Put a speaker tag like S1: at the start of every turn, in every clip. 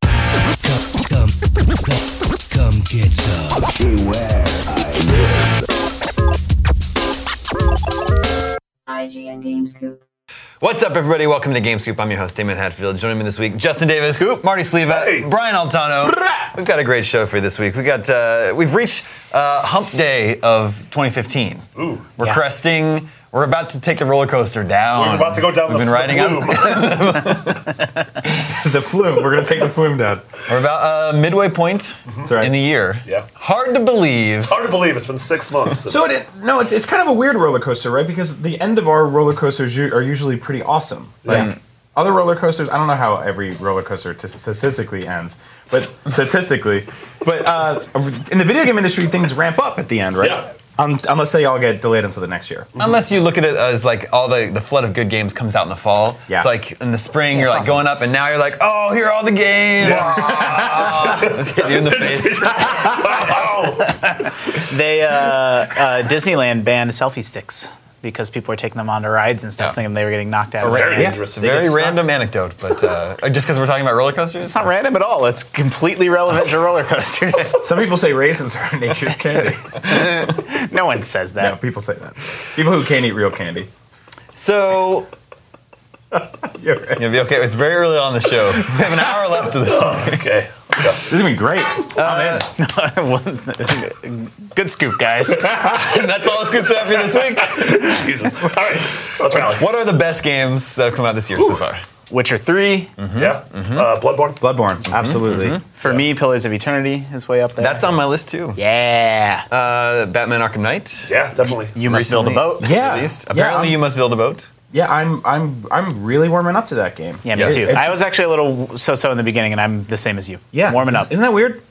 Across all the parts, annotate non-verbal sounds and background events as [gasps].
S1: come, come, come get some.
S2: IGN Games Coop.
S3: What's up, everybody? Welcome to Game Scoop. I'm your host, Damon Hatfield. Joining me this week, Justin Davis, Marty Sleva, Brian Altano. We've got a great show for you this week. We got uh, we've reached uh, Hump Day of 2015. Ooh, we're cresting. We're about to take the roller coaster down.
S4: We're about to go down
S3: We've
S4: the,
S3: been riding
S4: the
S3: up.
S4: flume. the flume. We're going to take the flume down.
S3: We're about uh, midway point
S4: right.
S3: in the year.
S4: Mm-hmm. Yeah.
S3: Hard to believe.
S4: Hard to believe it's been six months. Since
S5: So it no, it's it's kind of a weird roller coaster, right? Because the end of our roller coasters u- are usually pretty awesome. Like other roller coasters, I don't know how every roller coaster t- statistically ends, but statistically, but uh, in the video game industry, things ramp up at the end, right?
S4: Yeah.
S5: Um, unless they all get delayed until the next year.
S3: Unless you look at it as like all the, the flood of good games comes out in the fall.
S5: Yeah.
S3: It's like in the spring you're like
S5: awesome.
S3: going up, and now you're like, oh, here are all the games. [laughs] Let's hit you in the face.
S4: [laughs] wow.
S6: They uh, uh, Disneyland banned selfie sticks because people were taking them onto rides and stuff,
S3: Yeah.
S6: thinking they were getting knocked out.
S4: Very
S6: Yeah.
S4: dangerous.
S3: Very random anecdote, but uh, just because we're talking about roller coasters,
S6: It's not random at all. It's completely relevant to roller coasters.
S5: Some people say raisins are [laughs] nature's
S4: [laughs]
S5: candy.
S6: [laughs] no one says
S5: no,
S6: that.
S5: people say that. People who can't eat real candy.
S3: So
S5: [laughs] You're right.
S3: it'll be okay. It's very early on in the show. We have an hour left of
S5: [laughs]
S3: this. one.
S4: Okay. [laughs]
S5: This is gonna be great.
S4: Uh,
S6: [laughs] Good scoop, guys.
S3: And that's all it's good stuff for you this week.
S4: Jesus. All right. Let's rally.
S3: What are the best games that have come out this year so far?
S6: Witcher 3.
S4: Yeah. Uh, Bloodborne.
S5: Bloodborne, absolutely.
S4: Mm-hmm.
S6: For me, Pillars of Eternity is way up there.
S3: That's on my list too.
S6: Yeah.
S3: Uh, Batman: Arkham Knight.
S4: Yeah, definitely.
S6: you must build a
S3: recently-
S6: boat.
S5: Yeah.
S3: Released.
S5: Yeah,
S3: Apparently,
S5: I'm-
S3: you must build a boat.
S5: Yeah, I'm I'm I'm really warming up to that game.
S6: Yeah, me
S3: Yeah.
S6: too.
S5: It's-
S6: I was actually a little so-so in the beginning, and I'm the same as you.
S5: Yeah,
S6: Warming
S5: Is-
S6: up.
S5: Isn't that weird?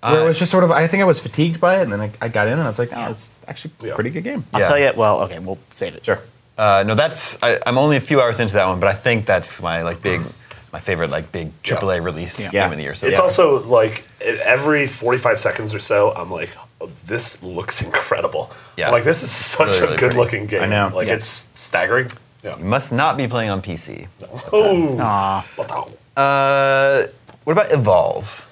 S5: Where it was just sort of, I think I was fatigued by it, and then I, I got in and I was like, oh, it's actually a
S4: Yeah.
S5: pretty good game.
S6: I'll
S3: Yeah.
S6: tell you. Well, okay, we'll save it.
S5: Sure.
S3: Uh, no, that's I, I'm only a few hours into that one, but I think that's my like big, my favorite like big AAA release
S6: Mm-hmm. Yeah.
S3: game of the year. So
S4: It's
S3: far.
S4: also like e-, every 45 seconds or so, I'm like, oh, this looks incredible.
S3: Yeah.
S4: I'm like, this is such
S3: Really,
S4: a
S3: really
S4: good
S3: pretty.
S4: looking game.
S5: I know.
S4: Like,
S6: Yeah.
S4: it's staggering. Yeah.
S3: must not be playing on PC.
S4: Oh.
S6: Aw.
S3: Uh, what about Evolve?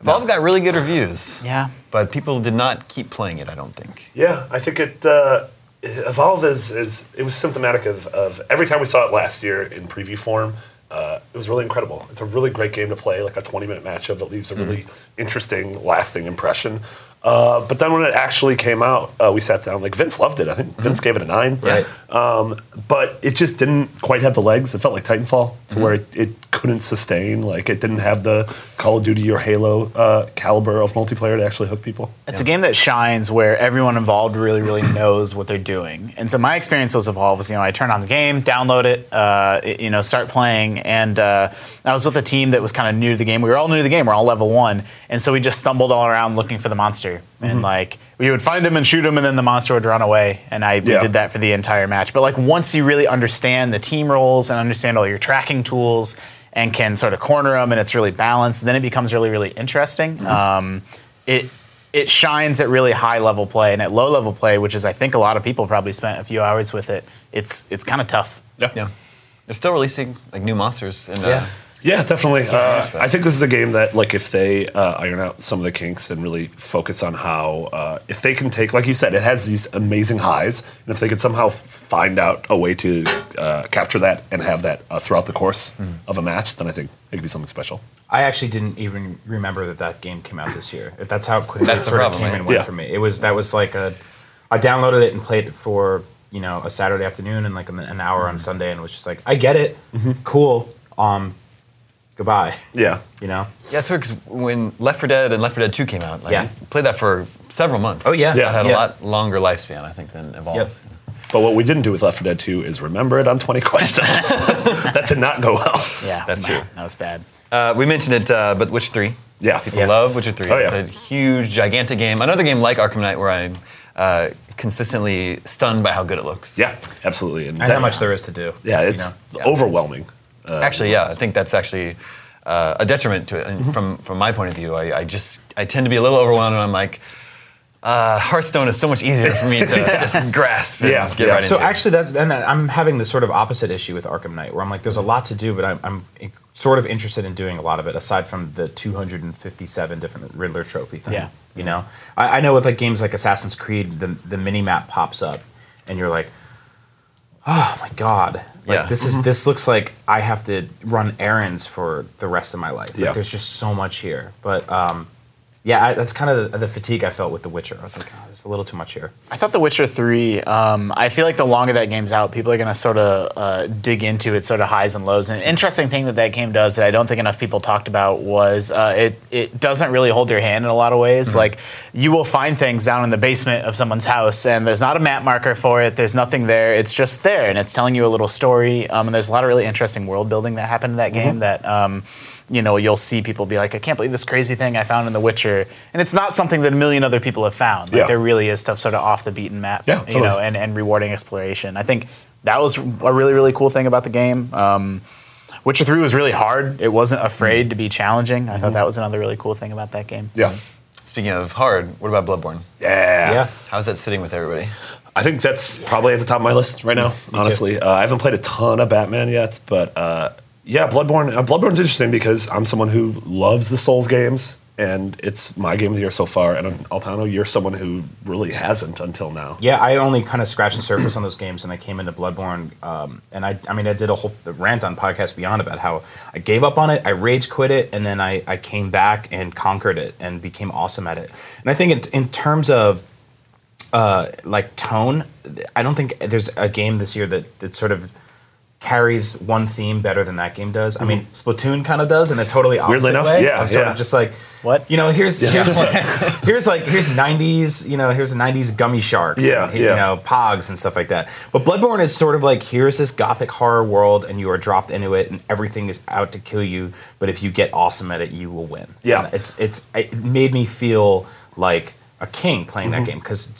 S3: Evolve got really good reviews.
S6: Yeah.
S3: But people did not keep playing it, I don't think.
S4: Yeah, I think it uh, evolve is, is it was symptomatic of, of every time we saw it last year in preview form. Uh, it was really incredible. It's a really great game to play, like a 20 minute matchup that leaves a really interesting, lasting impression. Uh, but then when it actually came out, uh, we sat down. Like Vince loved it. I think Vince gave it a nine.
S7: Right.
S4: Um, but it just didn't quite have the legs. It felt like Titanfall, to where it, it couldn't sustain. Like it didn't have the Call of Duty or Halo uh, caliber of multiplayer to actually hook people.
S6: It's a game that shines where everyone involved really, really knows what they're doing. And so my experience was Evolve was, you know, I turn on the game, download it, uh, it- you know, start playing. And uh, I was with a team that was kind of new to the game. We were all new to the game. We're all level one. And so we just stumbled all around looking for the monster. And like, we would find him and shoot him, and then the monster would run away. And I we
S4: Yeah.
S6: did that for the entire match. But like, once you really understand the team roles and understand all your tracking tools and can sort of corner them, and it's really balanced, then it becomes really, really interesting.
S8: Mm-hmm.
S6: Um, it it shines at really high level play and at low level play, which is I think a lot of people probably spent a few hours with it. It's it's kind of tough.
S8: Yeah. They're still releasing like new monsters and uh,
S7: Yeah.
S4: Yeah, definitely.
S8: that's
S4: Uh,
S8: fair.
S4: I think this is a game that, like, if they uh, iron out some of the kinks and really focus on how, uh, if they can take, like you said, it has these amazing highs, and if they could somehow find out a way to uh, capture that and have that uh, throughout the course of a match, then I think it could be something special.
S7: I actually didn't even remember that that game came out this year. That's how quickly
S8: That's
S7: it
S8: the
S7: sort
S8: problem,
S7: of came
S8: yeah.
S7: and went
S4: Yeah.
S7: for me. It was that was like a, I downloaded it and played it for you know a Saturday afternoon and like an, an hour on Sunday and was just like, I get it, cool. Um, goodbye. [laughs]
S4: Yeah.
S7: You know?
S8: Yeah, it's weird 'cause when Left 4 Dead and Left 4 Dead 2 came out, like,
S7: Yeah.
S8: played that for several months.
S7: Oh, yeah.
S8: That had a
S7: Yeah.
S8: lot longer lifespan, I think, than Evolve.
S7: Yep.
S4: But what we didn't do with Left 4 Dead 2 is remember it on 20 questions. that did not go well.
S6: Yeah,
S8: That's
S6: wow,
S8: true.
S6: That was bad.
S8: Uh, we mentioned it, uh, but Witcher 3.
S4: Yeah.
S8: People
S7: Yeah.
S8: love Witcher 3.
S4: Oh,
S8: it's
S4: yeah.
S8: a huge, gigantic game. Another game like Arkham Knight where I'm uh, consistently stunned by how good it looks.
S4: Yeah, absolutely.
S7: And how much there is to do.
S4: Yeah, it's
S8: know? Yeah.
S4: overwhelming.
S8: Actually, yeah, I think that's actually uh, a detriment to it. And from from my point of view, I, I just I tend to be a little overwhelmed, and I'm like, uh, Hearthstone is so much easier for me to just grasp and
S4: Yeah,
S8: get
S4: yeah.
S8: right
S7: So
S8: into.
S7: actually, that's and I'm having the sort of opposite issue with Arkham Knight, where I'm like, there's a lot to do, but I'm, I'm in- sort of interested in doing a lot of it, aside from the 257 different Riddler trophy thing.
S6: Yeah.
S7: You know, I, I know with like games like Assassin's Creed, the the mini map pops up, and you're like, oh my god, like
S8: Yeah. Mm-hmm.
S7: this is this looks like I have to run errands for the rest of my life. Like,
S4: Yeah.
S7: there's just so much here, but. um yeah, I, that's kind of the, the fatigue I felt with The Witcher. I was like, oh, there's a little too much here.
S6: I thought The Witcher 3, um, I feel like the longer that game's out, people are going to sort of uh, dig into its sort of highs and lows. And an interesting thing that that game does that I don't think enough people talked about was uh, it, it doesn't really hold your hand in a lot of ways. Like, you will find things down in the basement of someone's house, and there's not a map marker for it, there's nothing there. It's just there, and it's telling you a little story. Um, and there's a lot of really interesting world building that happened in that game that. Um, you know, you'll see people be like, I can't believe this crazy thing I found in The Witcher. And it's not something that a million other people have found. Like,
S4: Yeah.
S6: there really is stuff sort of off the beaten map,
S4: Yeah,
S6: you know,
S4: totally.
S6: and, and rewarding exploration. I think that was a really, really cool thing about the game. Um, Witcher 3 was really hard. It wasn't afraid to be challenging. I thought that was another really cool thing about that game.
S4: Mm-hmm. Yeah.
S8: Speaking of hard, what about Bloodborne?
S4: Yeah.
S7: Yeah.
S8: How's that sitting with everybody?
S4: I think that's probably at the top of my list right now. honestly, uh, I haven't played a ton of Batman yet, but uh, yeah, Bloodborne. Uh, Bloodborne's interesting because I'm someone who loves the Souls games, and it's my game of the year so far. And um, Altano, you're someone who really hasn't until now.
S7: Yeah, I only kind of scratched the surface on those games, and I came into Bloodborne, um, and I, I mean, I did a whole rant on Podcast Beyond about how I gave up on it, I rage quit it, and then I, I came back and conquered it and became awesome at it. And I think in, in terms of uh, like tone, I don't think there's a game this year that that sort of carries one theme better than that game does. I mean, Splatoon kind of does in a totally opposite
S4: Mm-hmm. Weirdly enough,
S7: way.
S4: yeah,
S7: I'm sort
S4: yeah.
S7: of just like.
S6: What?
S7: You know, here's here's,
S4: [laughs]
S7: here's like here's '90s, you know, here's '90s gummy sharks,
S4: Yeah,
S7: and, you
S4: yeah.
S7: know, Pogs and stuff like that. But Bloodborne is sort of like here's this gothic horror world, and you are dropped into it, and everything is out to kill you. But if you get awesome at it, you will win.
S4: Yeah.
S7: And it's it's it made me feel like a king playing that game because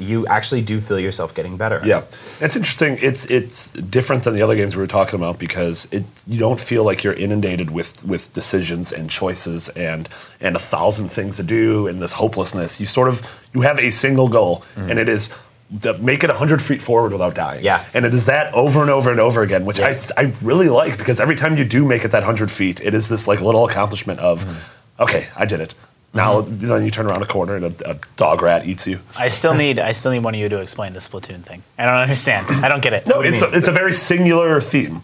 S7: you actually do feel yourself getting better. at it.
S4: Mm-hmm. Yeah, that's interesting. It's it's different than the other games we were talking about because it you don't feel like you're inundated with with decisions and choices and and a thousand things to do and this hopelessness. You sort of you have a single goal and it is to make it 100 feet forward without dying.
S7: Yeah.
S4: And it is that over and over and over again, which I, I really like because every time you do make it that 100 feet, it is this like little accomplishment of, okay, I did it. Now then you turn around a corner and a, a dog rat eats you.
S6: I still need I still need one of you to explain the Splatoon thing. I don't understand. I don't get it.
S4: No, it's a, it's a very singular theme.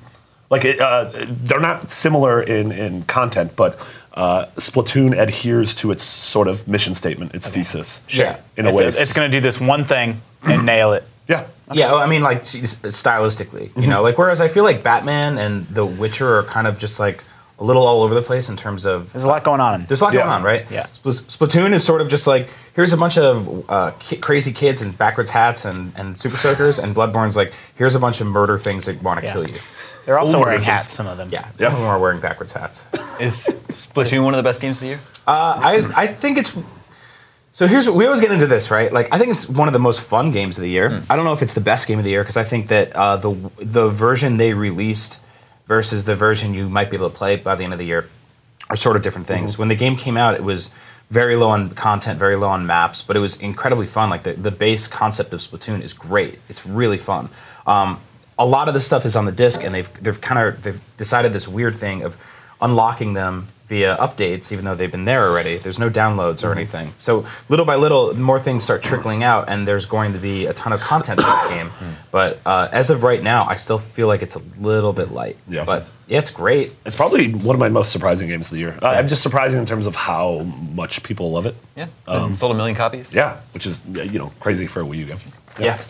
S4: Like it, uh, they're not similar in in content, but uh, Splatoon adheres to its sort of mission statement, its thesis.
S7: Sure.
S4: In a
S6: it's,
S4: way,
S6: it's going to do this one thing and nail it.
S4: Yeah.
S7: Yeah, well, I mean, like s- stylistically,
S4: Mm-hmm.
S7: you know, like whereas I feel like Batman and The Witcher are kind of just like a little all over the place in terms of
S6: There's a lot going on.
S7: there's a lot
S4: Yeah.
S7: going on, right?
S6: Yeah.
S7: Spl- Splatoon is sort of just like here's a bunch of uh, ki- crazy kids in backwards hats and and super soakers, and Bloodborne's like here's a bunch of murder things that want to
S6: Yeah.
S7: kill you.
S6: They're also
S4: Ooh,
S6: wearing
S4: there's-
S6: hats. Some of them.
S7: Yeah, some of them are wearing backwards hats.
S8: Is Splatoon one of the best games of the year?
S7: I, I think it's so here's what we always get into this right like i think it's one of the most fun games of the year i don't know if it's the best game of the year because i think that uh, the the version they released versus the version you might be able to play by the end of the year are sort of different things when the game came out it was very low on content very low on maps but it was incredibly fun like the, the base concept of splatoon is great it's really fun um, a lot of this stuff is on the disc and they've they've kind of they've decided this weird thing of unlocking them via updates, even though they've been there already. There's no downloads or anything. So little by little, more things start trickling out, and there's going to be a ton of content for [coughs] the game. But uh, as of right now, I still feel like it's a little bit light.
S4: Yeah.
S7: But yeah, it's great.
S4: It's probably one of my most surprising games of the year. I I'm just surprising in terms of how much people love it.
S8: Yeah. Sold a million copies.
S4: Yeah, which is uh, you know crazy for a Wii U game.
S7: Yeah.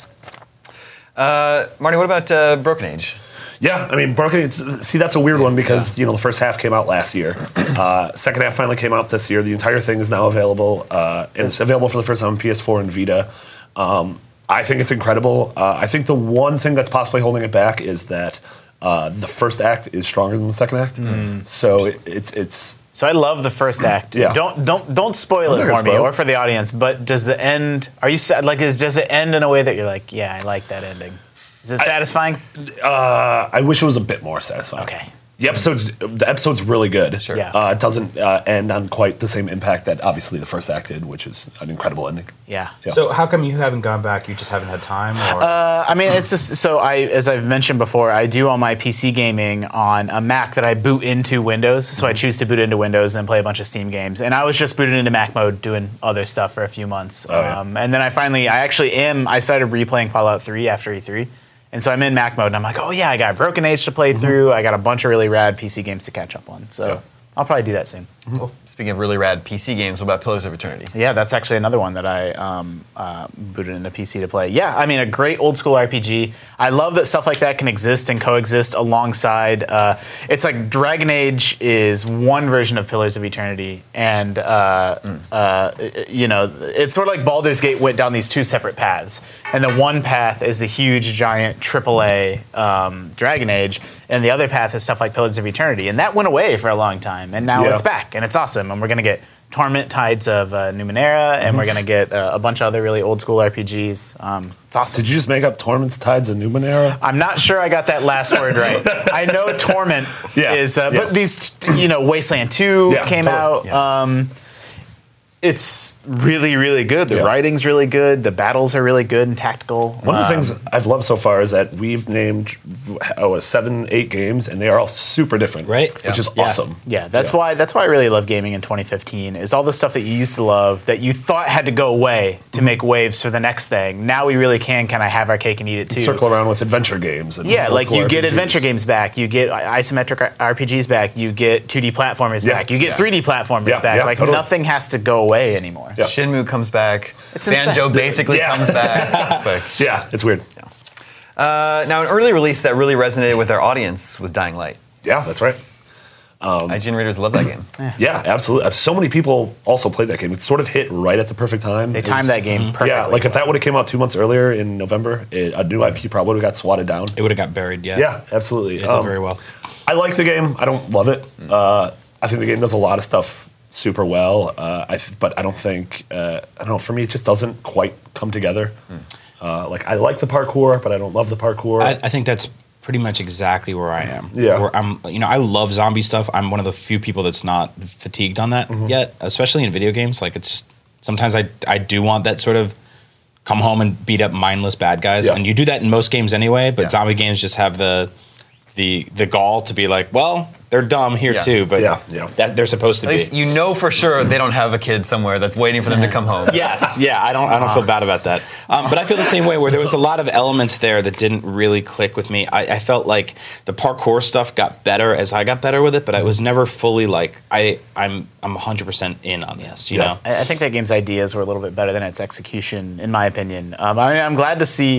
S8: Uh, Marty, what about uh, Broken Age?
S4: Yeah, I mean, Broken. it's- See, that's a weird one because you know the first half came out last year. [clears throat] Uh, second half finally came out this year. The entire thing is now available, uh, and it's available for the first time on PS4 and Vita. Um, I think it's incredible. Uh, I think the one thing that's possibly holding it back is that uh, the first act is stronger than the second act.
S6: Mm.
S4: So it, it's it's
S6: So I love the first act.
S4: Yeah.
S6: Don't don't don't spoil
S4: I'm not
S6: it
S4: gonna
S6: for me
S4: spoil.
S6: or for the audience. But does the end? Are you sad? Like, is does it end in a way that you're like, yeah, I like that ending? Is it satisfying?
S4: I wish it was a bit more satisfying.
S6: Okay.
S4: The episode's the episode's really good. Sure.
S6: Yeah.
S4: Uh, it doesn't uh, end on quite the same impact that obviously the first act did, which is an incredible ending.
S6: yeah.
S4: Yeah.
S7: So how come you haven't gone back? You just haven't had time, or
S6: Uh, I mean, it's just so I, as I've mentioned before, I do all my PC gaming on a Mac that I boot into Windows. So
S4: Mm-hmm.
S6: I choose to boot into Windows and play a bunch of Steam games. And I was just booted into Mac mode doing other stuff for a few months.
S4: Oh, yeah.
S6: um, and then I finally, I actually am. I started replaying Fallout 3 after E3, and so I'm in Mac mode. And I'm like, oh yeah, I got Broken Age to play through. I got a bunch of really rad PC games to catch up on. So
S4: Mm-hmm. Yeah.
S6: I'll probably do that soon.
S8: Speaking of really rad PC games, what about Pillars of Eternity?
S6: Yeah, that's actually another one that I um, uh, booted into PC to play. Yeah, I mean, a great old school RPG. I love that stuff like that can exist and coexist alongside. Uh, it's like Dragon Age is one version of Pillars of Eternity, and uh, uh, you know, it's sort of like Baldur's Gate went down these two separate paths. And the one path is the huge, giant AAA um, Dragon Age, and the other path is stuff like Pillars of Eternity. And that went away for a long time, and now
S4: Yeah.
S6: it's back, and it's awesome. And we're going to get Torment Tides of uh, Numenera, and we're going to get uh, a bunch of other really old school RPGs. Um, it's awesome.
S4: Did you just make up Torments, Tides, and Numenera?
S6: I'm not sure I got that last word right. I
S4: [laughs]
S6: know torment
S4: Yeah,
S6: is, uh,
S4: yeah.
S6: but these, t- you know, Wasteland 2
S4: Yeah,
S6: came
S4: totally,
S6: out. Um, it's really, really good. The
S4: Yeah.
S6: writing's really good. The battles are really good and tactical.
S4: One of the
S6: Um,
S4: things I've loved so far is that we've named oh, seven, eight games, and they are all super different,
S7: Right.
S4: Which is awesome.
S6: Yeah, that's why that's why I really love gaming in 2015 is all the stuff that you used to love that you thought had to go away to
S4: Mm-hmm.
S6: make waves for the next thing. Now we really can kind of have our cake and eat it too.
S4: Circle around with adventure games. And
S6: Yeah,
S4: old
S6: like
S4: school
S6: you get
S4: RPGs.
S6: adventure games back, you get i- isometric r- RPGs back, you get 2D platformers
S4: Yeah,
S6: back, you get
S4: yeah.
S6: 3D platformers
S4: Yeah,
S6: back.
S4: yeah,
S6: like
S4: totally.
S6: nothing has to go away anymore.
S4: Yeah.
S8: Shinmu comes back.
S6: It's insane.
S8: Banjo basically
S4: Yeah.
S8: comes back. It's like-
S4: Yeah, it's weird. Yeah,
S8: Uh, now, an early release that really resonated with our audience was Dying Light.
S4: that's right.
S7: Um,
S8: IGN readers love that game.
S4: Yeah, absolutely. So many people also played that game. It sort of hit right at the perfect time.
S6: They
S4: It
S6: timed
S4: was-
S6: that game perfectly.
S4: Mm-hmm. Yeah, like if that would have came out two months earlier in November, it, a new IP probably would have got swatted down.
S7: it would have got buried. Yeah.
S4: Yeah, absolutely.
S7: It did
S4: Um,
S7: very well.
S4: I like the game. I don't love it. Uh, I think the game does a lot of stuff super well. Uh, I th- but I don't think uh, I don't know. For me, it just doesn't quite come together. Uh, like I like the parkour, but I don't love the parkour.
S9: I, I think that's pretty much exactly where I am.
S4: Yeah.
S9: Where I'm, you know, I love zombie stuff. I'm one of the few people that's not fatigued on that
S4: Mm-hmm.
S9: yet, especially in video games. Like it's just sometimes I I do want that sort of come home and beat up mindless bad guys,
S4: Yeah.
S9: and you do that in most games anyway. But zombie games just have the the the gall to be like, well,
S7: They're dumb here
S8: Yeah.
S7: too, but
S4: Yeah, yeah.
S7: that they're supposed to
S8: At
S7: be.
S8: least you know for sure they don't have a kid somewhere that's waiting for them to come home.
S7: yes, [laughs] yeah. I don't. I don't feel bad about that. Um, but I feel the same way. Where there was a lot of elements there that didn't really click with me. I, I felt like the parkour stuff got better as I got better with it, but I was never fully like I. I'm. I'm 100 percent in on this. You
S4: Yeah.
S7: know.
S6: I I think that game's ideas were a little bit better than its execution, in my opinion. Um, I mean, I'm glad to see,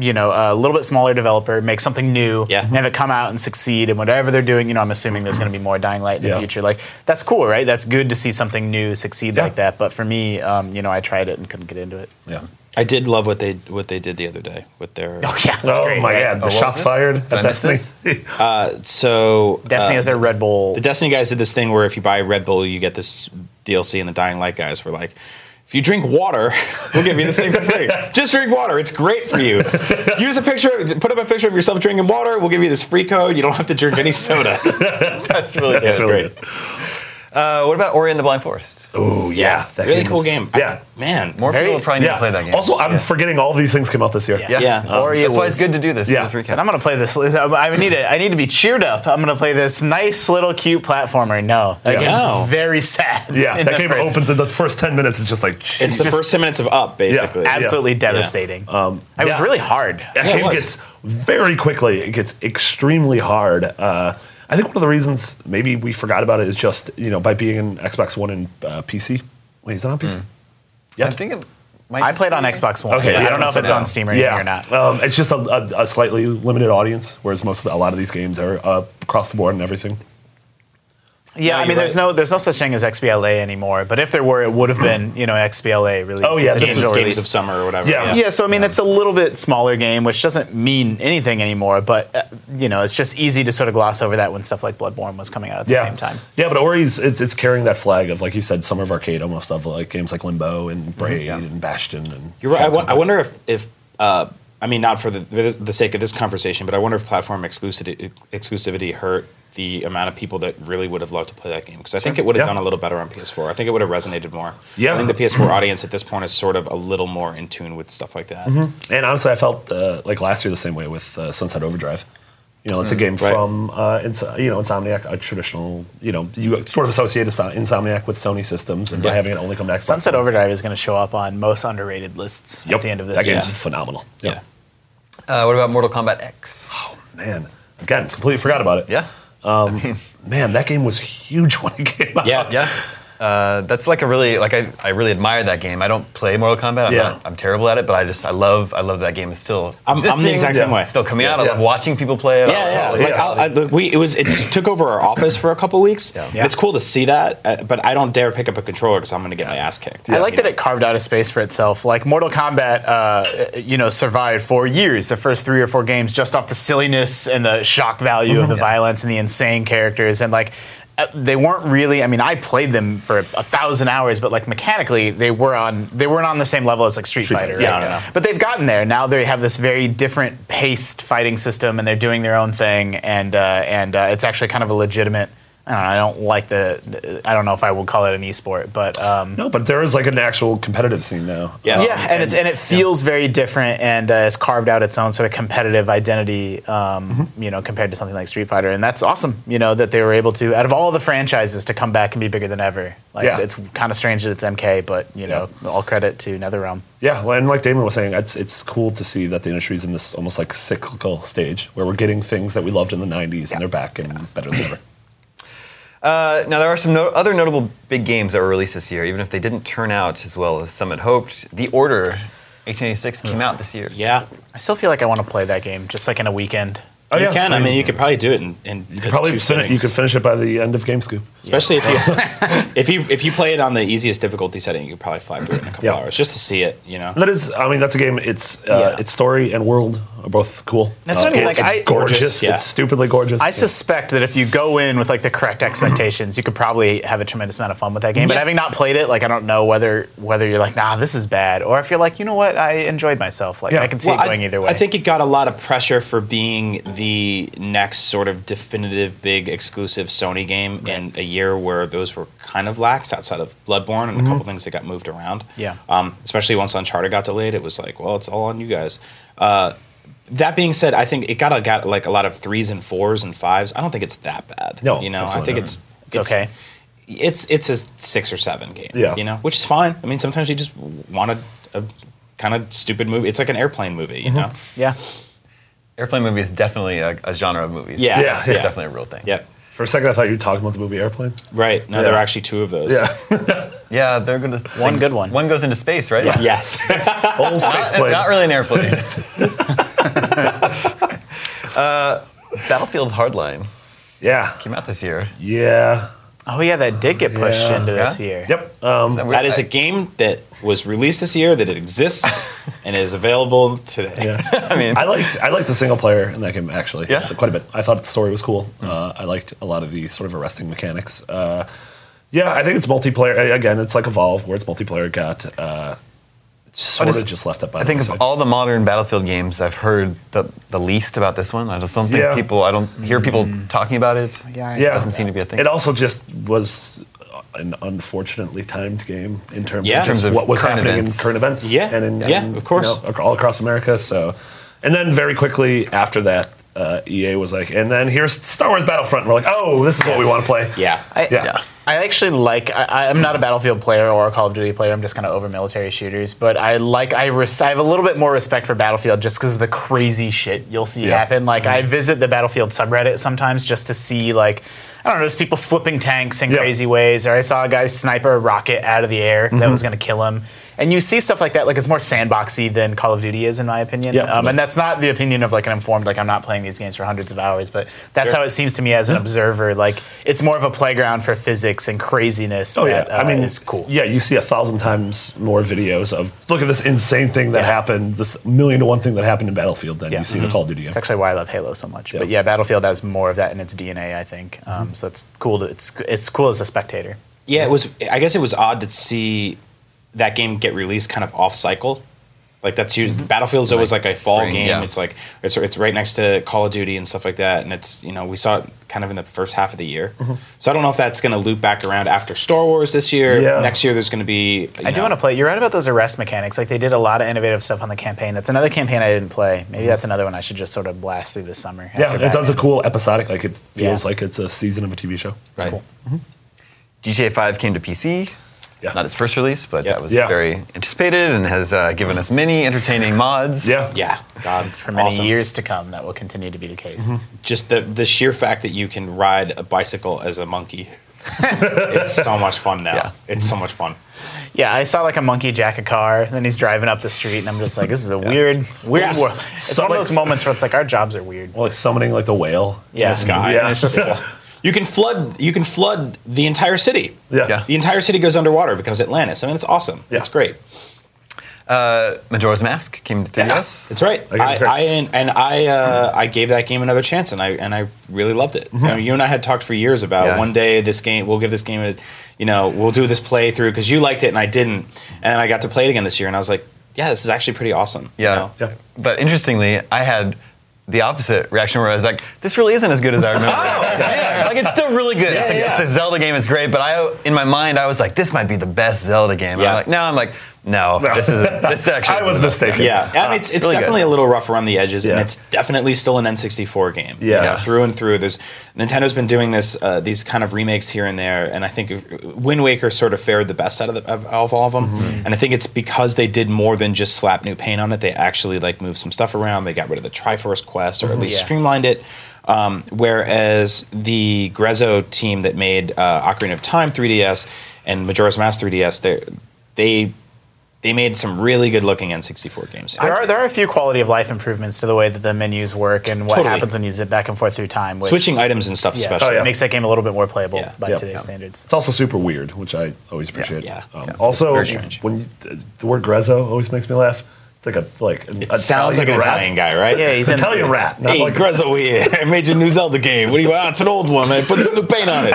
S6: you know, a little bit smaller developer make something new
S7: Yeah.
S6: and have it come out and succeed. And whatever they're doing, you know, I'm assuming there's going to be more Dying Light in
S4: Yeah.
S6: the future. Like that's cool, right? That's good to see something new succeed
S4: Yeah.
S6: like that. But for me, um, you know, I tried it and couldn't get into it.
S4: Yeah.
S7: I did love what they what they did the other day with their.
S6: [laughs] Oh yeah, that's
S4: Oh
S6: great,
S4: my
S6: right?
S4: god, the
S8: what was
S4: shots
S8: this?
S4: fired
S8: Did I miss this?
S4: [laughs]
S7: So uh,
S6: Destiny has their Red Bull.
S7: the Destiny guys did this thing where if you buy Red Bull, you get this DLC, and the Dying Light guys were like, if you drink water, [laughs] we'll give you this thing for
S4: [laughs]
S7: free. Just drink water; it's great for you. Use a picture, put up a picture of yourself drinking water. We'll give you this free code. You don't have to drink
S4: [laughs]
S7: any soda.
S8: That's really good.
S7: That's
S4: really
S7: great.
S8: Uh, what about Ori and the Blind Forest?
S4: Oh yeah, that
S7: really
S4: game
S7: cool
S4: was-
S7: game.
S4: Yeah,
S7: I- man.
S8: More
S6: Very-
S8: people probably need
S4: yeah.
S8: to play that game.
S4: Also, I'm forgetting all these things came out this year.
S6: Yeah.
S8: yeah,
S4: [laughs]
S7: Yeah.
S8: Um,
S6: Ori
S8: that's why
S6: was-
S8: it's good to do this.
S4: Yeah.
S8: this
S6: And
S8: recap.
S6: I'm gonna play this. [laughs] I need to. I need to be cheered up. I'm gonna play this nice little cute platformer. No, that
S4: Yeah.
S6: game's
S7: No.
S6: very [laughs] sad.
S4: Yeah,
S6: in
S4: that
S6: the
S4: game
S6: first-
S4: opens in the first ten minutes. It's just like
S7: It's the
S4: Jesus.
S7: first ten minutes of Up, basically.
S4: Yeah. Um,
S6: Absolutely devastating. it was
S4: yeah.
S6: really hard.
S4: That
S7: Yeah, it
S4: game
S7: was.
S4: gets very quickly. It gets extremely hard. Uh, I think one of the reasons maybe we forgot about it is just you know by being an Xbox One and uh, PC. Wait, is it on PC?
S7: Mm.
S8: I think it might
S6: I
S8: just
S6: played
S8: be-
S6: on Xbox One.
S4: Okay,
S6: but
S4: yeah,
S6: I don't know if
S4: so
S6: it's
S4: now-
S6: on Steam or, anything or not.
S4: Um, it's just a, a, a slightly limited audience, whereas most of the, a lot of these games are uh, across the board and everything.
S6: Yeah, I
S7: you're
S6: mean, there's
S7: right.
S6: no there's no such thing as XBLA anymore. But if there were, it would have been you know XBLA release.
S4: Oh, yeah,
S6: It's
S4: this
S6: an
S7: This is
S4: Angel
S6: annual
S7: Games
S6: release.
S7: of Summer or whatever.
S4: Yeah.
S6: Yeah, so I mean, it's a little bit smaller game, which doesn't mean anything anymore. But uh, you know, it's just easy to sort of gloss over that when stuff like Bloodborne was coming out at the
S4: yeah.
S6: same time.
S4: Yeah, but Ori's it's, it's carrying that flag of like you said, Summer of Arcade almost of like games like Limbo
S6: Mm-hmm.
S4: and Braid and Bastion and.
S7: You're right. I,
S4: Shadow
S7: w- I
S4: Complex.
S7: wonder if, if uh, I mean, not for the, the the sake of this conversation, but I wonder if platform exclusivity, exclusivity hurt the amount of people that really would have loved to play that game. Because I think it would have
S4: Yeah.
S7: done a little better on PS4. I think it would have resonated more.
S4: Yeah.
S7: I think the PS4 audience at this point is sort of a little more in tune with stuff like that.
S4: And honestly, I felt uh, like last year the same way with uh, Sunset Overdrive. You know, it's a game
S7: Mm, right.
S4: from uh, Ins- you know Insomniac, a traditional you know you sort of associate Inso- Insomniac with Sony systems, and by
S7: Yeah.
S4: having it only come to Xbox.
S6: Sunset Overdrive is going to show up on most underrated lists
S4: Yep.
S6: at the end of this
S4: That
S6: year.
S4: game's phenomenal.
S7: Yeah.
S8: Uh, what about Mortal Kombat X?
S4: man. Again, completely forgot about it.
S8: Yeah,
S4: [laughs] man, that game was huge [laughs] when it came out.
S7: Yeah.
S8: yeah. Uh, that's like a really like I, I really admire that game. I don't play Mortal Kombat. I'm,
S4: Yeah.
S8: not, I'm terrible at it, but I just I love I love that game. It's still
S7: I'm- I'm the
S8: existing,
S7: exact same way.
S8: Still coming out. I
S4: Yeah.
S8: love watching people play it. I love
S7: Yeah,
S4: Oh,
S8: all
S7: yeah.
S8: the-
S7: Like, I'll, I, look, we it was it took over our office for a couple weeks.
S8: Yeah.
S7: It's cool to see that, uh, but I don't dare pick up a controller because I'm going to get my ass kicked.
S6: I like that it carved out a space for itself. Like Mortal Kombat, uh, you know, survived for years. The first three or four games, just off the silliness and the shock value of the
S4: Mm-hmm.
S6: violence and the insane characters, and like. uh, They weren't really. I mean, I played them for a thousand hours, but like mechanically, they were on. They weren't on the same level as like Street, Fighter.
S4: Fighter,
S6: right?
S4: yeah, yeah.
S6: But they've gotten there. Now they have this very different paced fighting system, and they're doing their own thing, and uh, and uh, it's actually kind of a legitimate. I don't know. I don't like the. I don't know if I would call it an esport, but um,
S4: No, but there is like an actual competitive scene now.
S7: Yeah.
S6: yeah, and, it's and it feels very different, and uh, it's carved out its own sort of competitive identity, um, you know, compared to something like Street Fighter, and that's awesome. You know that they were able to, out of all the franchises, to come back and be bigger than ever. Like
S4: Yeah.
S6: it's kind of strange that it's MK, but you know, all credit to NetherRealm.
S4: Yeah, well, and like Damon was saying, it's it's cool to see that the industry's in this almost like cyclical stage where we're getting things that we loved in the '90s and they're back and better than ever.
S8: Uh, now there are some no- other notable big games that were released this year, even if they didn't turn out as well as some had hoped. The Order, 1886, came out this year.
S7: Yeah.
S6: I still feel like I want to play that game, just like in a weekend.
S4: Oh,
S7: you
S4: yeah.
S7: can. I mean, you could probably do it in, in
S4: You could probably
S7: two
S4: fin- you
S7: settings.
S4: could finish it by the end of Game Scoop.
S7: Especially
S6: [laughs]
S7: if you if you if you play it on the easiest difficulty setting, you could probably fly through it in a couple
S4: Yeah.
S7: hours just to see it. You know,
S4: That is, I mean, that's a game. It's uh,
S6: Yeah.
S4: its story and world are both cool.
S6: That's what I mean,
S4: it's,
S6: like,
S4: it's
S6: I-
S4: gorgeous.
S7: Gorgeous, yeah.
S4: It's stupidly gorgeous.
S6: I
S4: Yeah.
S6: suspect that if you go in with like the correct expectations, you could probably have a tremendous amount of fun with that game. But
S7: Yeah.
S6: having not played it, like I don't know whether whether you're like, nah, this is bad, or if you're like, you know what, I enjoyed myself. Like
S4: Yeah.
S6: I can see
S7: Well,
S6: it going
S7: I,
S6: either way.
S7: I think it got a lot of pressure for being the next sort of definitive big exclusive Sony game in a year where those were kind of lax outside of Bloodborne and a couple things that got moved around.
S6: Mm-hmm. Yeah.
S7: Um, especially once Uncharted got delayed, it was like, well, it's all on you guys. Uh, that being said, I think it got a, got like a lot of threes and fours and fives. I don't think it's that bad.
S4: No,
S7: you know, I
S4: absolutely
S7: think
S4: not.
S7: it's,
S6: It's okay.
S7: It's it's a six or seven game.
S4: Yeah.
S7: you know, which is fine. I mean, sometimes you just want a, a kind of stupid movie. It's like an airplane movie, you know.
S4: Mm-hmm.
S6: Yeah.
S8: Airplane movie is definitely a, a genre of movies.
S7: Yeah.
S4: Yeah,
S8: it's
S4: yeah.
S8: definitely a real thing.
S7: Yep.
S4: For a second, I thought you were talking about the movie Airplane.
S7: Right. No, there are actually two of
S4: [laughs]
S7: those.
S4: Yeah.
S8: yeah, they're gonna
S6: One good one.
S8: One goes into space, right?
S7: [laughs]
S8: Yeah.
S7: Yes. [laughs]
S4: Old
S6: [laughs]
S4: space
S8: [laughs] Not,
S4: plane.
S8: not really an airplane. [laughs] uh, Battlefield Hardline
S4: Yeah.
S8: came out this year.
S4: Yeah.
S6: Oh yeah, that did get pushed
S4: Yeah.
S6: into this
S8: Yeah?
S6: year.
S4: Yep. Um,
S7: that is a game that was released this year that
S4: [laughs]
S7: it exists and is available today. I mean,
S4: I liked I liked the single player in that game actually.
S8: Yeah.
S4: quite a bit. I thought the story was cool. Uh, I liked a lot of the sort of arresting mechanics. Uh, yeah, I think it's multiplayer. A- Again, it's like Evolve, where it's multiplayer got uh, sort
S8: But
S4: of
S8: it's-
S4: just left up. By
S8: I think
S4: the
S8: of
S4: wayside.
S8: all the modern Battlefield games, I've heard the, the least about this one. I just don't think
S4: Yeah.
S8: people. I don't hear people talking about it.
S6: Yeah.
S4: Yeah,
S8: doesn't seem to be a thing.
S4: It also just was an unfortunately timed game in terms
S7: Yeah.
S4: of,
S7: In terms
S4: just
S8: of
S4: what was
S8: current
S4: happening
S8: events.
S4: in current events.
S7: Yeah.
S4: and in,
S7: Yeah,
S4: in,
S7: of course.
S4: you know, ac- all across America. So, and then very quickly after that, uh, EA was like, and then here's Star Wars Battlefront. And we're like, oh, this is what we want to play.
S7: yeah.
S6: I,
S4: Yeah.
S6: I actually like. I, I'm not a Battlefield player or a Call of Duty player. I'm just kind of over military shooters. But I like. I, res- I have a little bit more respect for Battlefield just because of the crazy shit you'll see
S4: Yeah. Mm-hmm.
S6: happen. Like I visit the Battlefield subreddit sometimes just to see like. I don't know, just people flipping tanks in
S4: Yeah.
S6: crazy ways. Or I saw a guy sniper a rocket out of the air
S4: Mm-hmm.
S6: that was going to kill him. And you see stuff like that. Like it's more sandboxy than Call of Duty is, in my opinion.
S4: Yeah.
S6: Um, and that's not the opinion of like an informed. Like I'm not playing these games for hundreds of hours, but that's how it seems to me as an observer. Like it's more of a playground for physics and craziness.
S4: Oh
S6: that,
S4: yeah, I
S6: uh,
S4: mean
S6: is cool.
S4: Yeah, you see a thousand times more videos of look at this insane thing that
S6: Yeah.
S4: happened, this million to one thing that happened in Battlefield than
S6: Yeah.
S4: you see in a Call of Duty game.
S6: It's actually why I love Halo so much. But
S4: Yeah.
S6: yeah, Battlefield has more of that in its DNA, I think. Um,
S4: Mm-hmm.
S6: So it's cool. To, it's it's cool as a spectator.
S7: Yeah, it was. I guess it was odd to see that game get released kind of off cycle. Like that's usually
S6: Mm-hmm.
S7: Battlefield's always like a fall
S8: spring,
S7: game.
S8: yeah.
S7: It's like it's it's right next to Call of Duty and stuff like that. And it's you know we saw it kind of in the first half of the year.
S6: Mm-hmm.
S7: So I don't know if that's going to loop back around after Star Wars this year.
S4: Yeah.
S7: Next year there's going to be.
S6: I do want to play. You're right about those arrest mechanics. Like they did a lot of innovative stuff on the campaign. That's another campaign I didn't play. Maybe that's another one I should just sort of blast through this summer.
S4: Mm-hmm. Yeah,
S6: after
S4: it does
S6: Batman.
S4: a cool episodic. Like it feels
S6: Yeah.
S4: like it's a season of a TV show.
S8: Right. GTA 5 came to PC.
S4: Yeah.
S8: Not its first release, but
S7: Yeah.
S8: that was
S4: Yeah.
S8: very anticipated and has uh, given us many entertaining mods.
S4: yeah.
S7: Yeah, God,
S6: [laughs] for many years to come. That will continue to be the case.
S4: Mm-hmm.
S7: Just the the sheer fact that you can ride a bicycle as a
S6: [laughs]
S7: monkey. it's so much fun now.
S8: Yeah.
S7: It's so much fun.
S6: Yeah, I saw like a monkey jack a car, and then he's driving up the street, and I'm just like, this is a weird, weird
S7: Yes.
S6: world. It's
S4: So,
S6: one of
S4: like-
S6: those moments where it's like our jobs are weird.
S4: Well, like summoning like the whale.
S6: Yeah,
S7: the sky.
S6: And it's just
S7: You can flood. You can flood the entire city.
S4: [laughs] Yeah.
S8: Yeah.
S7: The entire city goes underwater, becomes Atlantis. I mean, it's awesome.
S4: Yeah.
S7: It's great.
S8: Majora's Mask came to 3DS.
S7: It's right.
S4: I
S7: I,
S4: agree.
S7: I and I uh, I gave that game another chance, and I and I really loved it. You, know, you and I had talked for years about
S8: Yeah.
S7: one day this game. We'll give this game a, you know, we'll do this playthrough because you liked it and I didn't, and I got to play it again this year, and I was like, yeah, this is actually pretty awesome. you
S8: Yeah.
S7: know?
S4: Yeah.
S8: But interestingly, I had the opposite reaction where I was like, this really isn't as good as I
S4: [laughs]
S8: remember.
S4: Oh,
S8: Like, it's still really good. it's, a,
S7: yeah.
S8: it's a Zelda game, it's great, but I, in my mind, I was like, this might be the best Zelda game. And
S7: Yeah.
S8: I'm like, now I'm like, no,
S4: [laughs]
S8: this isn't, this actually
S4: I
S8: isn't
S4: was
S8: the best
S4: mistaken.
S7: Yeah, I mean, it's, it's
S8: really good.
S7: definitely a little rough around the edges,
S4: Yeah.
S7: and it's definitely still an N64 game. you
S4: Yeah.
S7: know, through and through. There's Nintendo's been doing this uh, these kind of remakes here and there, and I think Wind Waker sort of fared the best out of, the, of, of all of them. And I think it's because they did more than just slap new paint on it. They actually like moved some stuff around. They got rid of the Triforce quest, or at least
S6: Yeah.
S7: streamlined it. Um, whereas the Grezzo team that made uh, Ocarina of Time 3DS and Majora's Mask 3DS, they they they made some really good looking N64 games.
S6: there are there are a few quality of life improvements to the way that the menus work and what
S7: Totally.
S6: happens when you zip back and forth through time. Which,
S7: Switching items and stuff,
S6: yeah,
S7: especially.
S4: Oh, yeah.
S6: makes that game a little bit more playable
S7: Yeah.
S6: by
S4: Yeah.
S6: today's
S4: Yeah.
S6: standards.
S4: It's also super weird, which I always appreciate.
S7: Yeah.
S4: Um,
S7: Yeah.
S4: Also,
S7: Very strange.
S4: when you, the word grezzo always makes me laugh. It's like a like an
S7: It sounds like an
S4: rat.
S7: Italian guy, right? [laughs]
S6: Yeah, he's in
S4: Italian rat. Not
S7: Hey,
S4: like,
S7: Grezzo here. [laughs] I made you a new Zelda game. What do you want? It's an old one. I put some new paint on it.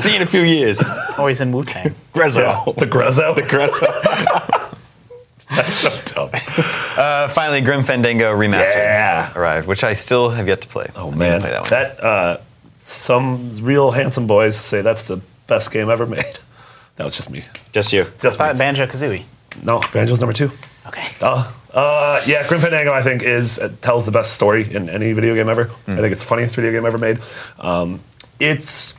S7: See you in a few years.
S6: or Oh, he's in Wu
S7: [laughs]
S4: [laughs]
S6: Tang.
S4: yeah,
S7: Grezzo.
S4: the grezzo. The
S7: Grezzo.
S4: That's so [laughs]
S7: [laughs]
S4: dumb.
S8: Uh, finally, Grim Fandango remastered
S4: Yeah.
S8: arrived, which I still have yet to play. I
S4: Oh
S8: need to
S4: man,
S8: play that one.
S4: that uh, some real handsome boys say that's the best game ever made. [laughs] That was just me.
S7: Just you.
S4: Just me.
S6: Banjo Kazooie.
S4: No, Banjo's number two.
S6: Okay.
S4: Uh, Uh, yeah, Grim Fandango, I think, is uh, tells the best story in any video game ever.
S8: Hmm.
S4: I think it's the funniest video game ever made. Um, it's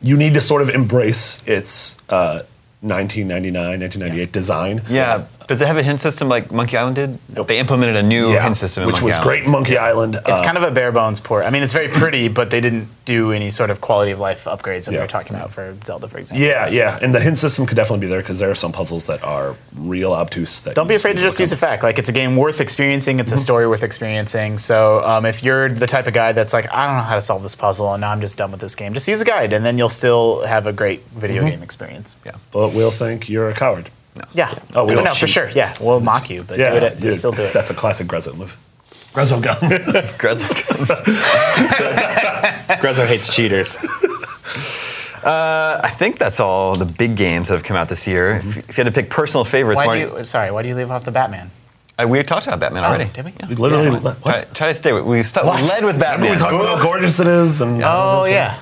S4: you need to sort of embrace its uh, 1999, 1998 design.
S8: Yeah. Does it have a hint system like Monkey Island did? They implemented a new
S4: Yeah,
S8: hint system, in
S4: which
S8: Monkey
S4: was
S8: Island.
S4: great. in Monkey Island. Uh,
S6: It's
S7: Uh,
S6: kind of a bare bones port. I mean,
S7: [clears throat]
S6: it's very pretty, but they didn't do any sort of quality of life upgrades that we
S4: Yeah.
S6: were talking about for Zelda, for example.
S4: Yeah, yeah, and the hint system could definitely be there because there are some puzzles that are real obtuse. That
S6: Don't be
S4: you
S6: afraid to
S4: need
S6: just
S4: look
S6: use a fact. Like it's a game worth experiencing. It's a story worth experiencing. So um, if you're the type of guy that's like, I don't know how to solve this puzzle, and now I'm just done with this game, just use a guide, and then you'll still have a great video game experience. Yeah.
S4: up. But we'll think you're a coward.
S6: Yeah.
S4: Oh, we
S6: no,
S4: don't
S6: no, for
S4: cheat.
S6: sure. Yeah, we'll mock you, but do it,
S4: dude,
S6: still do it.
S4: That's a classic Grezzo
S8: [laughs]
S4: move. Grezzo gun.
S8: Grezzo.
S4: [laughs]
S7: Grezzo hates cheaters.
S8: I think that's all the big games that have come out this year.
S4: Mm-hmm.
S8: If, if you had to pick personal favorites,
S6: Why
S8: Marty,
S6: do you? Sorry, why do you leave off the Batman?
S8: Uh, we talked about Batman already.
S6: Oh, did we?
S4: we literally le- what?
S8: Try, try to stay. with- We st-
S6: What?
S8: led with
S4: Remember
S8: Batman.
S4: we talked about how gorgeous it is, and
S6: Oh yeah.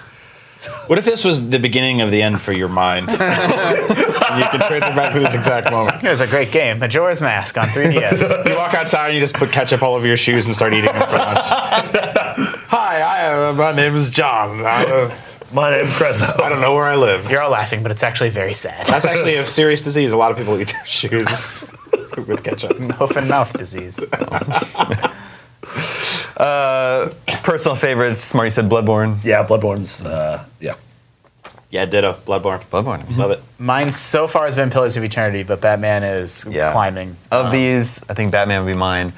S7: What if this was the beginning of the end for your mind? you can trace it back to this exact moment.
S6: It was a great game. Majora's Mask on 3DS.
S7: You walk outside and you just put ketchup all over your shoes and start eating them for lunch. Hi, I, uh, my name is John. I, uh,
S4: my name's Grezzo.
S7: I don't know where I live.
S6: You're all laughing, but it's actually very sad.
S7: That's actually a serious disease. A lot of people eat their shoes [laughs] with ketchup.
S6: Hoof and mouth disease.
S8: Uh, Personal favorites. Marty said Bloodborne.
S4: [laughs] Yeah, Bloodborne's. Uh, yeah,
S7: Yeah, ditto. Bloodborne.
S8: Bloodborne.
S6: Mm-hmm.
S7: Love it.
S6: Mine so far has been Pillars of Eternity, but Batman is
S8: Yeah.
S6: climbing. Uh.
S8: Of these, I think Batman would be mine.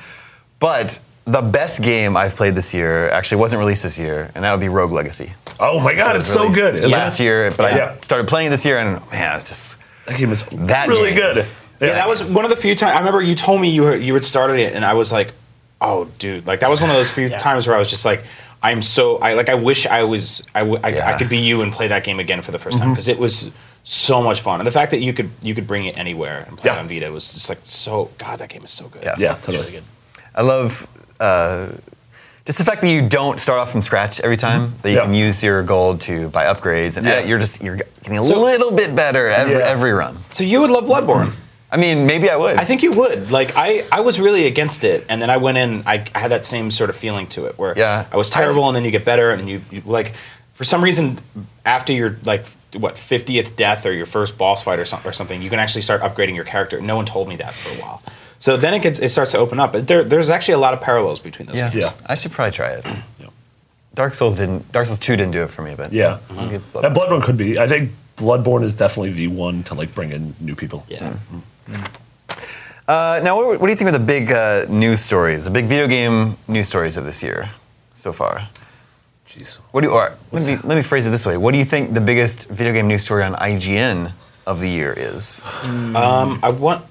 S8: But the best game I've played this year actually wasn't released this year, and that would be Rogue Legacy.
S4: Oh my god,
S8: It
S4: it's
S8: was
S4: so
S8: released
S4: good. isn't
S8: Last
S4: it?
S8: year, but
S4: Yeah.
S8: I started playing it this year, and man, it's just
S4: that game is
S8: That
S4: really
S8: game.
S4: good.
S7: Yeah, that was one of the few times. I remember you told me you had- you had started it, and I was like, "Oh, dude!" Like that was one of those few times where I was just like, "I'm so I like I wish I was I w- I, I
S8: Yeah. Mm-hmm.
S7: could be you and play that game again for the 1st time because it was so much fun." And the fact that you could you could bring it anywhere and play
S4: Yeah.
S7: it on Vita was just like so. God, that game is so good.
S8: Yeah.
S4: yeah, totally good.
S8: I love uh, just the fact that you don't start off from scratch every time. That you
S4: Mm-hmm. Yeah.
S8: can use your gold to buy upgrades, and uh,
S4: Yeah.
S8: you're just you're getting a
S7: So-
S8: little bit better every,
S4: Yeah.
S8: every run.
S7: So you would love Bloodborne.
S8: I mean, maybe I would.
S7: I think you would. Like I, I was really against it, and then I went in. I, I had that same sort of feeling to it, where
S8: Yeah.
S7: I was terrible, and then you get better, and you, you like for some reason after your like what fiftieth death or your first boss fight or something or something, you can actually start upgrading your character. No one told me that for a while, so then it gets it starts to open up. But there, there's actually a lot of parallels between those.
S8: yeah.
S7: games.
S4: Yeah.
S8: I should probably try
S4: [clears throat]
S8: it. Dark Souls didn't. Dark Souls Two didn't do it for me, but
S4: Yeah,
S8: I'll give Bloodborne-
S4: that Bloodborne could be. I think Bloodborne is definitely the one to like bring in new people.
S7: yeah.
S8: Uh, now, what, what do you think are the big uh, news stories, the big video game news stories of this year so far?
S4: Jeez.
S8: What do you, or let, me, let me phrase it this way. What do you think the biggest video game news story on IGN of the year is?
S7: Um, I want.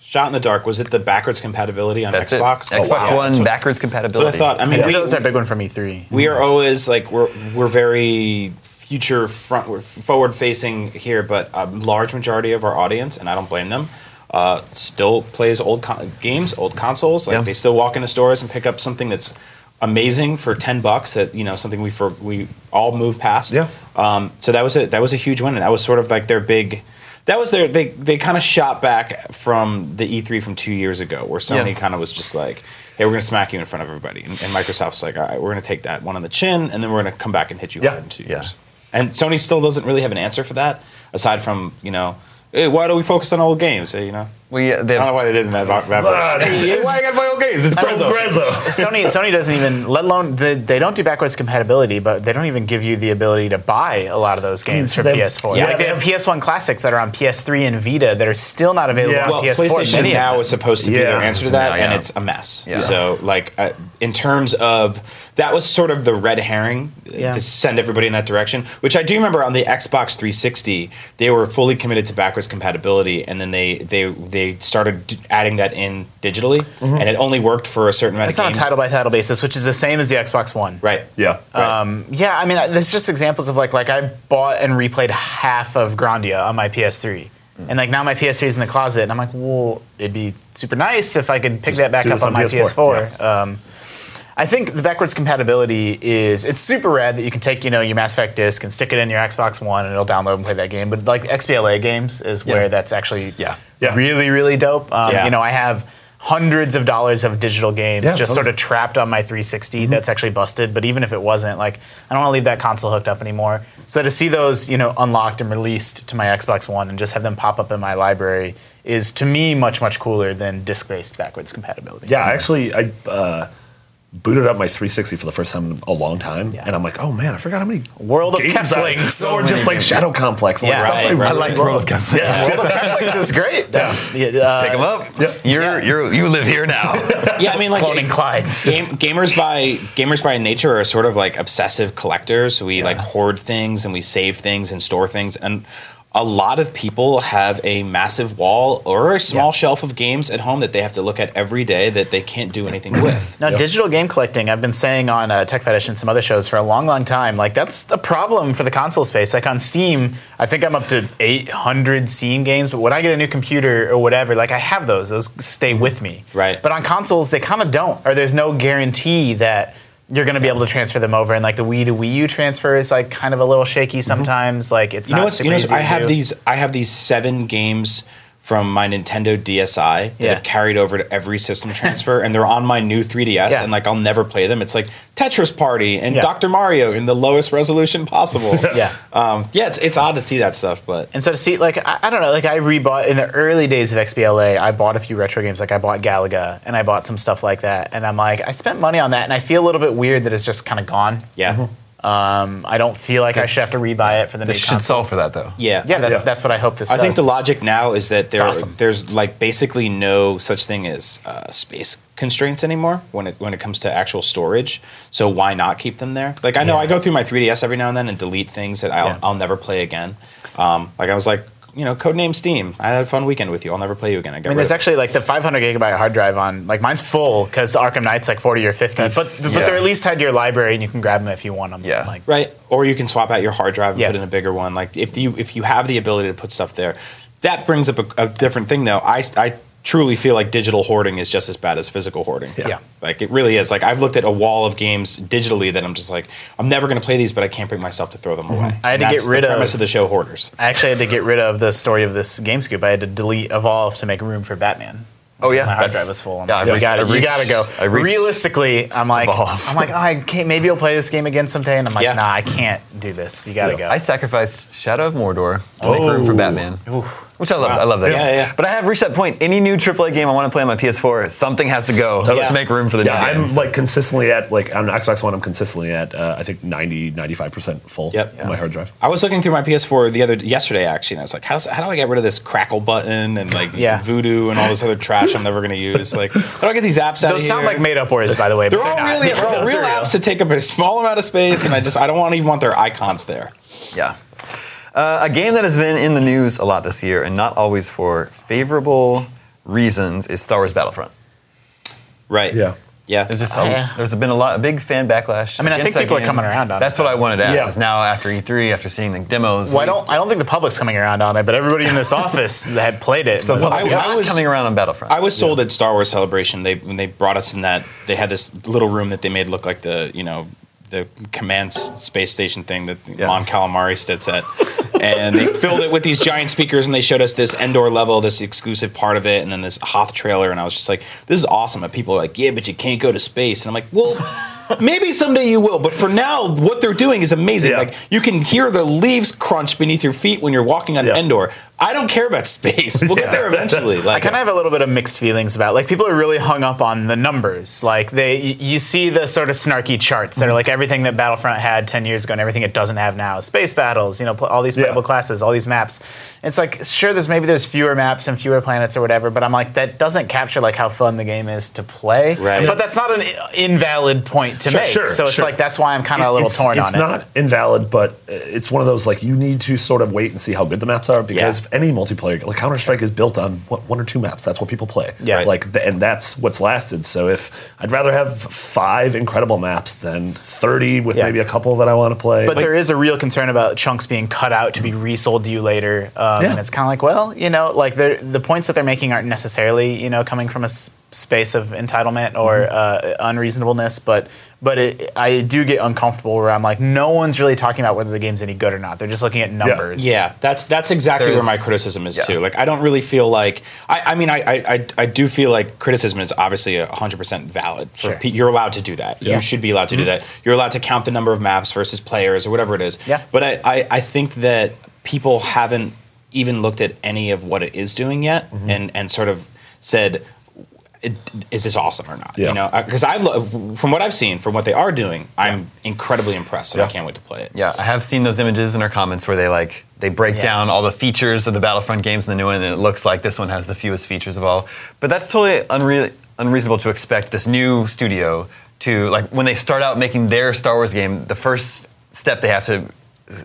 S7: Shot in the dark. Was it the backwards compatibility on
S8: That's
S7: Xbox?
S8: it. Xbox
S7: Yeah,
S8: One
S7: that's what-
S8: backwards
S7: That's what
S8: compatibility.
S7: I thought. I mean,
S6: I
S7: we,
S6: think that was a big one from E E3.
S7: we are always like we're we're very future front forward facing here, but a large majority of our audience, and I don't blame them, uh, still plays old con- games, old consoles. Like
S8: Yeah.
S7: they still walk into stores and pick up something that's amazing for ten bucks. That you know something we for we all move past.
S4: Yeah.
S7: Um, so that was a, that was a huge win, and that was sort of like their big. That was their they they kind of shot back from the E3 from two years ago, where Sony
S8: Yeah.
S7: kind of was just like, "Hey, we're gonna smack you in front of everybody," and, and Microsoft's like, "All right, we're gonna take that one on the chin, and then we're gonna come back and hit you
S4: Yeah.
S7: hard in two
S8: Yeah.
S7: years." And Sony still doesn't really have an answer for that, aside from you know, "Hey, why do we focus on old games? Hey, you know,
S8: Well, yeah, uh,
S7: I don't
S8: they
S7: know
S8: have,
S7: why they didn't have that. that
S8: [laughs]
S4: Ah,
S7: verse.
S4: dude,
S7: Hey, why I got my old games? It's
S4: Grezzo.
S7: Grezzo.
S4: Grezzo.
S6: Sony Sony doesn't even, let alone they, they don't do backwards compatibility, but they don't even give you the ability to buy a lot of those games for
S4: they-
S6: PS4.
S4: yeah,
S6: like
S4: they
S6: they have PS1 classics that are on PS3 and Vita that are still not available
S4: Yeah.
S6: on
S7: well,
S6: PS4.
S7: PlayStation
S6: Many of
S7: Now
S6: them.
S7: is supposed to be
S4: Yeah.
S7: their answer to
S8: Now,
S7: that, and
S8: yeah.
S7: it's a mess.
S8: Yeah.
S7: So, like, uh, in terms of that was sort of the red herring uh,
S6: Yeah.
S7: to send everybody in that direction. Which I do remember on the Xbox 360, they were fully committed to backwards compatibility, and then they they they started d- adding that in digitally, and it only worked for a certain amount
S6: Mm-hmm. It's
S7: of
S6: on a
S7: games.
S6: title by title basis, which is the same as the Xbox One.
S7: right?
S4: Yeah.
S6: Um, yeah, I mean, I- there's just examples of like like I bought and replayed half of Grandia on my PS3,
S4: Hmm.
S6: and like now my PS3 is in the closet, and I'm like, well, it'd be super nice if I could pick that back
S4: do
S6: up
S4: this
S6: on,
S4: on
S6: my
S4: PS4,
S6: PS4. Um, I think the backwards compatibility is it's super rad that you can take you know your Mass Effect disc and stick it in your Xbox One and it'll download and play that game. But like XBLA games is where that's actually
S8: Yeah.
S4: Yeah.
S6: really really dope. Um,
S7: Yeah.
S6: You know, I have hundreds of dollars of digital games
S4: Yeah,
S6: just sort
S4: totally.
S6: of trapped on my
S8: Mm-hmm.
S6: 360 that's actually busted. But even if it wasn't, like I don't want to leave that console hooked up anymore. So to see those, you know, unlocked and released to my Xbox One and just have them pop up in my library is to me much much cooler than disc-based backwards compatibility. [laughs]
S4: Yeah, I actually I uh, booted up my 360 for the first time in a long time,
S6: Yeah.
S4: and I'm like, oh man, I forgot how many
S6: World of
S4: games I-
S6: Keflings.
S4: or just like Shadow Complex. and, like,
S6: Yeah,
S4: stuff
S6: right,
S4: I,
S6: right.
S4: really
S8: like
S4: love.
S8: World of Keflings.
S4: Yeah.
S6: World of Netflix is great. Yeah. uh,
S8: Pick 'em up.
S4: Yep.
S8: You're, You're, you live
S7: [laughs]
S8: here now.
S7: Yeah, I mean, like
S6: Cloning Clyde.
S7: game, gamers by gamers by nature are sort of like obsessive collectors. We like hoard things and we save things and store things. And a lot of people have a massive wall or a small shelf of games at home that they have to look at every day that they can't do anything with.
S6: Now, digital game collecting, I've been saying on uh, Tech Fetish and some other shows for a long, long time, like that's a problem for the console space. Like on Steam, I think I'm up to 800 Steam games, but when I get a new computer or whatever, like I have those. Those stay with me.
S7: Right.
S6: But on consoles, they kind of don't, or there's no guarantee that you're going to be able to transfer them over. And like the Wii to Wii U transfer is like kind of a little shaky sometimes. Like it's
S7: Mm-hmm. you know
S6: not
S7: what's
S6: super
S7: you know what's-
S6: easy
S7: I
S6: to
S7: have
S6: do.
S7: these I have these seven games from my Nintendo DSi that
S6: Yeah.
S7: have carried over to every system transfer and they're on my new 3DS
S6: Yeah.
S7: and like I'll never play them. It's like Tetris Party and
S6: Yeah.
S7: Dr. Mario in the lowest resolution possible.
S6: [laughs] Yeah.
S7: Um, yeah, it's, it's odd to see that stuff, but
S6: And so to see, like, I, I don't know, like, I rebought in the early days of XBLA, I bought a few retro games. Like, I bought Galaga and I bought some stuff like that. And I'm like, I spent money on that. And I feel a little bit weird that it's just kind of gone.
S7: yeah.
S6: Um, I don't feel like I should have to rebuy it for the new
S8: this should
S6: console.
S8: solve for that though.
S7: Yeah.
S6: Yeah, that's,
S4: Yeah.
S6: that's what I hope this
S7: I think
S6: does.
S7: the logic now is that there
S6: awesome.
S7: there's like basically no such thing as uh, space constraints anymore when it when it comes to actual storage. So why not keep them there? Like I know I go through my 3ds every now and then and delete things that I'll
S6: Yeah.
S7: I'll never play again. Um, like I was like you know codename Steam. I had a fun weekend with you. I'll never play you again. I, got
S6: I mean,
S7: rid
S6: there's
S7: of it.
S6: actutly like the 500 gigabyte hard drive on, like, mine's full because Arkham Knight's like 40 or 50. But,
S8: That's-
S6: but
S8: yeah.
S6: they're at least tied to your library and you can grab them if you want them.
S8: Yeah.
S6: Like,
S7: Right. Or you can swap out your hard drive and
S6: Yeah.
S7: put in a bigger one. Like if you if you have the ability to put stuff there, that brings up a, a different thing though. I I truly feel like digital hoarding is just as bad as physical hoarding.
S6: Yeah.
S7: Like it really is. Like I've looked at a wall of games digitally that I'm just like I'm never going to play these, but I can't bring myself to throw them away.
S6: Mm-hmm. I had to
S7: And
S6: get
S7: that's
S6: rid
S7: the
S6: of-
S7: premise of the show hoarders.
S6: I actually had to get rid of the story of this game scoop. I had to delete Evolve to make room for Batman.
S8: Oh yeah,
S6: my hard
S8: that's-
S6: drive was full. I'm
S8: Yeah,
S6: like,
S8: I
S6: you
S8: reached-
S6: gotta-
S8: I
S6: you
S8: reached-
S6: gotta go.
S8: I reached-
S6: Realistically, I'm like,
S8: Evolve.
S6: I'm like, oh, I can't, maybe I'll play this game again someday. And I'm like,
S7: Yeah.
S6: nah, I can't do this. You gotta go.
S8: I sacrificed Shadow of Mordor to make room for Batman, which I love. I love that.
S7: Oh. Yeah,
S8: game.
S7: yeah, yeah.
S8: But I have reached that point. Any new AAA game I want to play on my PS4, something has to go to make room for the
S4: Yeah,
S8: new
S4: I'm
S8: games.
S4: like consistently at like on Xbox One. I'm consistently at uh, I think 90, 95 percent full.
S7: Yep.
S4: on my hard drive.
S7: I was looking through my PS4 the other yesterday actually, and I was like, how, how do I get rid of this crackle button and like
S6: Yeah.
S7: voodoo and all this other trash I'm never going to use? Like, how do I get these apps out of
S6: Those
S7: here?
S6: sound like made up words, by the way.
S7: They're
S6: but
S7: all
S6: not. [laughs]
S7: really they're all
S6: Those are
S7: real apps that take up a small amount of space, and I just I don't want even want their icons there.
S8: Yeah. Uh, a game that has been in the news a lot this year, and not always for favorable reasons, is Star Wars Battlefront.
S7: Right.
S4: Yeah.
S7: Yeah.
S8: There's just
S6: Oh,
S8: a,
S6: yeah.
S8: there's been a lot, a big fan backlash.
S6: I mean, I
S8: against
S6: think people are
S8: that game.
S6: coming around on it.
S8: That's what I wanted to ask.
S4: Yeah.
S8: Is now after E3, after seeing the demos.
S6: Well, I
S8: we-
S6: don't. I don't think the public's coming around on it, but everybody in this office that had played it.
S8: So
S6: was
S8: people
S6: like,
S8: are
S7: I- I
S8: not
S7: was-
S8: coming around on Battlefront.
S7: I was sold at Star Wars Celebration. They when they brought us in that they had this little room that they made look like the you know the command s- space station thing that Mon Calamari sits at, and they filled it with these giant speakers and they showed us this Endor level, this exclusive part of it, and then this Hoth trailer, and I was just like, this is awesome. And people are like, yeah, but you can't go to space, and I'm like,
S4: [laughs]
S7: well. Maybe someday you will, but for now, what they're doing is amazing.
S4: Yeah.
S7: Like you can hear the leaves crunch beneath your feet when you're walking on
S4: Yeah.
S7: Endor. I don't care about space. We'll get there eventually.
S4: [laughs]
S7: Like,
S6: I kind of have a little bit of mixed feelings about like people are really hung up on the numbers. Like they, y- you see the sort of snarky charts
S4: Mm-hmm.
S6: that are like everything that Battlefront had ten years ago and everything it doesn't have now. Space battles, you know, pl- all these
S4: Yeah.
S6: playable classes, all these maps. It's like sure, there's maybe there's fewer maps and fewer planets or whatever, but I'm like that doesn't capture like how fun the game is to play.
S7: Right.
S6: But that's not an i- invalid point to
S4: Sure,
S6: make.
S4: sure,
S6: so it's
S4: sure.
S6: like that's why I'm kind of a little
S4: it's,
S6: torn
S4: it's
S6: on it.
S4: not invalid, but uh, it's one of those like you need to sort of wait and see how good the maps are because
S6: Yeah.
S4: any multiplayer like Counter Strike is built on what, one or two maps. That's what people play.
S6: Yeah. Right.
S4: like th- and that's what's lasted. So if I'd rather have five incredible maps than thirty with
S6: Yeah.
S4: maybe a couple that I want to play.
S6: But
S4: Like,
S6: there is a real concern about chunks being cut out to be resold to you later, um,
S4: Yeah.
S6: and it's kind of like, well, you know, like they're- the points that they're making aren't necessarily, you know, coming from a s- space of entitlement or
S4: Mm-hmm.
S6: uh, unreasonableness, but but it, I do get uncomfortable where I'm like, no one's really talking about whether the game's any good or not. They're just looking at numbers.
S7: Yeah, that's that's exactly where
S8: There's-
S7: my criticism is
S8: yeah.
S7: too. Like, I don't really feel like I. I mean, I I, I, I do feel like criticism is obviously hundred percent valid. For
S6: Sure.
S7: pe- you're allowed to do that.
S6: Yeah.
S7: You should be allowed to do that. You're allowed to count the number of maps versus players or whatever it is.
S6: Yeah.
S7: But I I, I think that people haven't even looked at any of what it is doing yet, and and sort of said. "Is this awesome or not?
S4: Yeah.
S7: You know, because I've lo- from what I've seen, from what they are doing, I'm incredibly impressed, and I
S4: Yeah.
S7: can't wait to play it.
S8: Yeah, I have seen those images in our comments where they like they break
S6: Yeah.
S8: down all the features of the Battlefront games in the new one, and it looks like this one has the fewest features of all. But that's totally unre- unreasonable to expect this new studio to like when they start out making their Star Wars game. The first step they have to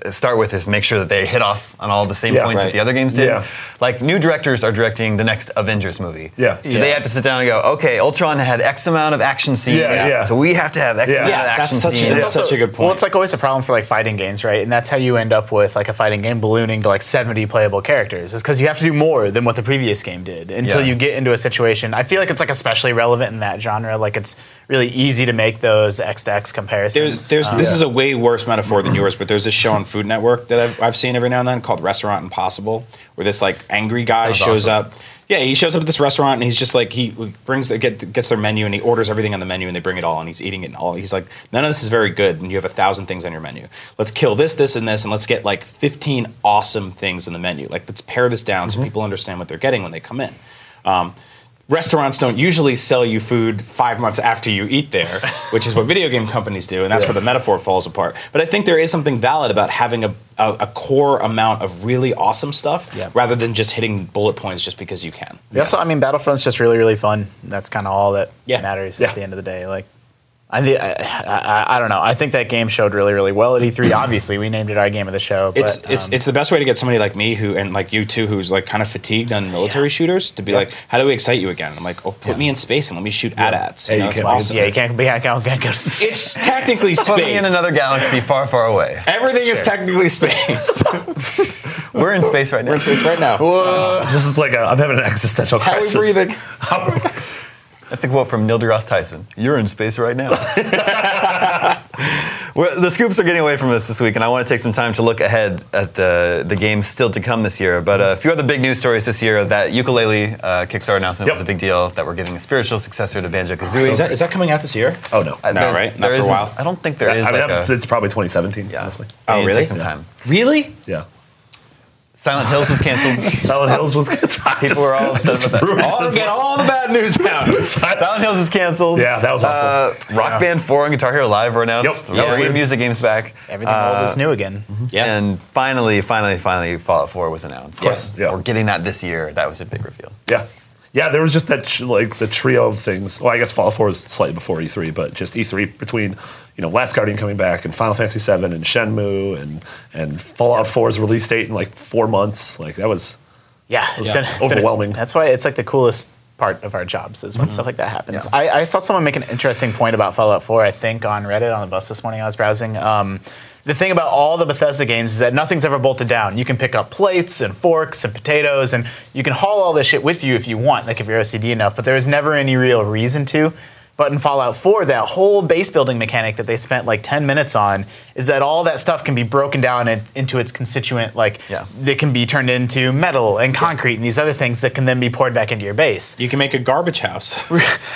S8: uh, start with is make sure that they hit off on all the same
S4: Yeah,
S8: points
S7: right.
S8: that the other games did.
S4: Yeah.
S8: Like new directors are directing the next Avengers movie.
S4: Yeah.
S8: Do they
S6: Yeah.
S8: have to sit down and go, okay, Ultron had X amount of action scenes,
S4: Yeah, yeah.
S8: so we have to have X
S4: Yeah.
S8: amount
S4: Yeah,
S8: of
S7: that's
S8: action
S7: such a-
S8: scenes.
S7: that's such a good point.
S6: Well, it's like always a problem for like fighting games, right? And that's how you end up with like a fighting game ballooning to like 70 playable characters. Is because you have to do more than what the previous game did until
S8: Yeah.
S6: you get into a situation. I feel like it's like especially relevant in that genre. Like it's really easy to make those X to X comparisons.
S7: There's, there's, this is a way worse metaphor than yours, but there's this show on Food Network that I've, I've seen every now and then called Restaurant Impossible, where this like angry guy
S8: Sounds
S7: shows
S8: awesome.
S7: up. Yeah, he shows up at this restaurant and he's just like he brings the, get, gets their menu and he orders everything on the menu and they bring it all and he's eating it and all. He's like, none of this is very good and you have a thousand things on your menu. Let's kill this, this, and this and let's get like 15 awesome things in the menu. Like let's pare this down
S8: Mm-hmm.
S7: so people understand what they're getting when they come in. Um, restaurants don't usually sell you food five months after you eat there, which is what video game companies do, and that's where the metaphor falls apart. But I think there is something valid about having a, a, a core amount of really awesome stuff
S6: Yeah.
S7: rather than just hitting bullet points just because you can.
S6: Yeah. Also, I mean, Battlefront's just really, really fun. That's kind of all that
S7: Yeah.
S6: matters
S7: Yeah.
S6: at the end of the day. Like, I, thi- I, I, I don't know. I think that game showed really, really well at
S7: [clears throat]
S6: E3. Obviously, we named it our game of the show. But,
S7: It's, it's,
S6: um,
S7: it's the best way to get somebody like me who and like you too who's like kind of fatigued on military shooters to be like how do we excite you again? I'm like oh put me in space and let me shoot AT-ATs. You
S4: Hey,
S7: know,
S4: you
S7: it's
S4: can-
S7: awesome.
S6: yeah, you can't be can't, can't go to
S7: It's technically space.
S8: Put me in another galaxy far, far away.
S7: Everything is technically space.
S8: We're in space right now.
S7: space right now.
S4: This is like a, I'm having an existential
S7: How are we
S4: crisis.
S7: breathing?
S8: [laughs] That's a quote from Neil deGrasse Tyson. You're in space right now. [laughs] well, the scoops are getting away from us this week, and I want to take some time to look ahead at the, the games still to come this year. But uh, a few other big news stories this year that ukulele uh, Kickstarter announcement
S4: Yep.
S8: was a big deal, that we're getting a spiritual successor to Banjo Kazooie.
S7: Is that, is that coming out this year?
S4: Oh no.
S8: Uh,
S7: No,
S8: there-
S7: right? Not
S8: there
S7: for a
S8: isn't-
S7: while?
S8: I don't think there is.
S4: I mean,
S8: like
S4: that-
S8: a-
S4: it's probably 2017.
S8: yeah.
S4: Honestly.
S8: It
S7: Oh,
S8: needs to
S7: really?
S8: Take some time.
S7: Really?
S4: Yeah.
S8: Silent Hills
S7: [laughs]
S8: was canceled.
S4: Silent Hills was
S8: [laughs]
S4: good.
S8: People were all upset about that.
S7: [laughs] All, get all the bad
S6: [laughs]
S7: news out.
S8: Silent Hills is canceled.
S4: Yeah, that was awful.
S8: Uh, Rock
S4: Yeah.
S8: Band 4 and Guitar Hero Live were announced.
S4: Yep, that was
S8: Three
S4: weird.
S8: music games back.
S6: Everything
S8: Uh,
S6: old is new again.
S7: Yeah.
S8: And finally, finally, finally, Fallout 4 was announced. Of
S4: course, yeah.
S8: We're getting that this year. That was a big reveal.
S4: Yeah. Yeah, there was just that tr- like the trio of things. Well, I guess Fallout 4 is slightly before E3, but just E3 between you know Last Guardian coming back and Final Fantasy 7 and Shenmue and and Fallout 4's release date in like four months. Like that was
S6: Yeah, it's been- it's been-
S4: Overwhelming.
S6: that's why it's like the coolest part of our jobs is when stuff like that happens. I, I saw someone make an interesting point about Fallout 4. I think on Reddit on the bus this morning I was browsing. Um, the thing about all the Bethesda games is that nothing's ever bolted down. You can pick up plates and forks and potatoes, and you can haul all this shit with you if you want, like if you're OCD enough. But there is never any real reason to. But in Fallout 4, that whole base building mechanic that they spent like 10 minutes on is that all that stuff can be broken down in, into its constituent, like
S8: Yeah.
S6: that can be turned into metal and concrete and these other things that can then be poured back into your base. [laughs]
S7: You can make a garbage house.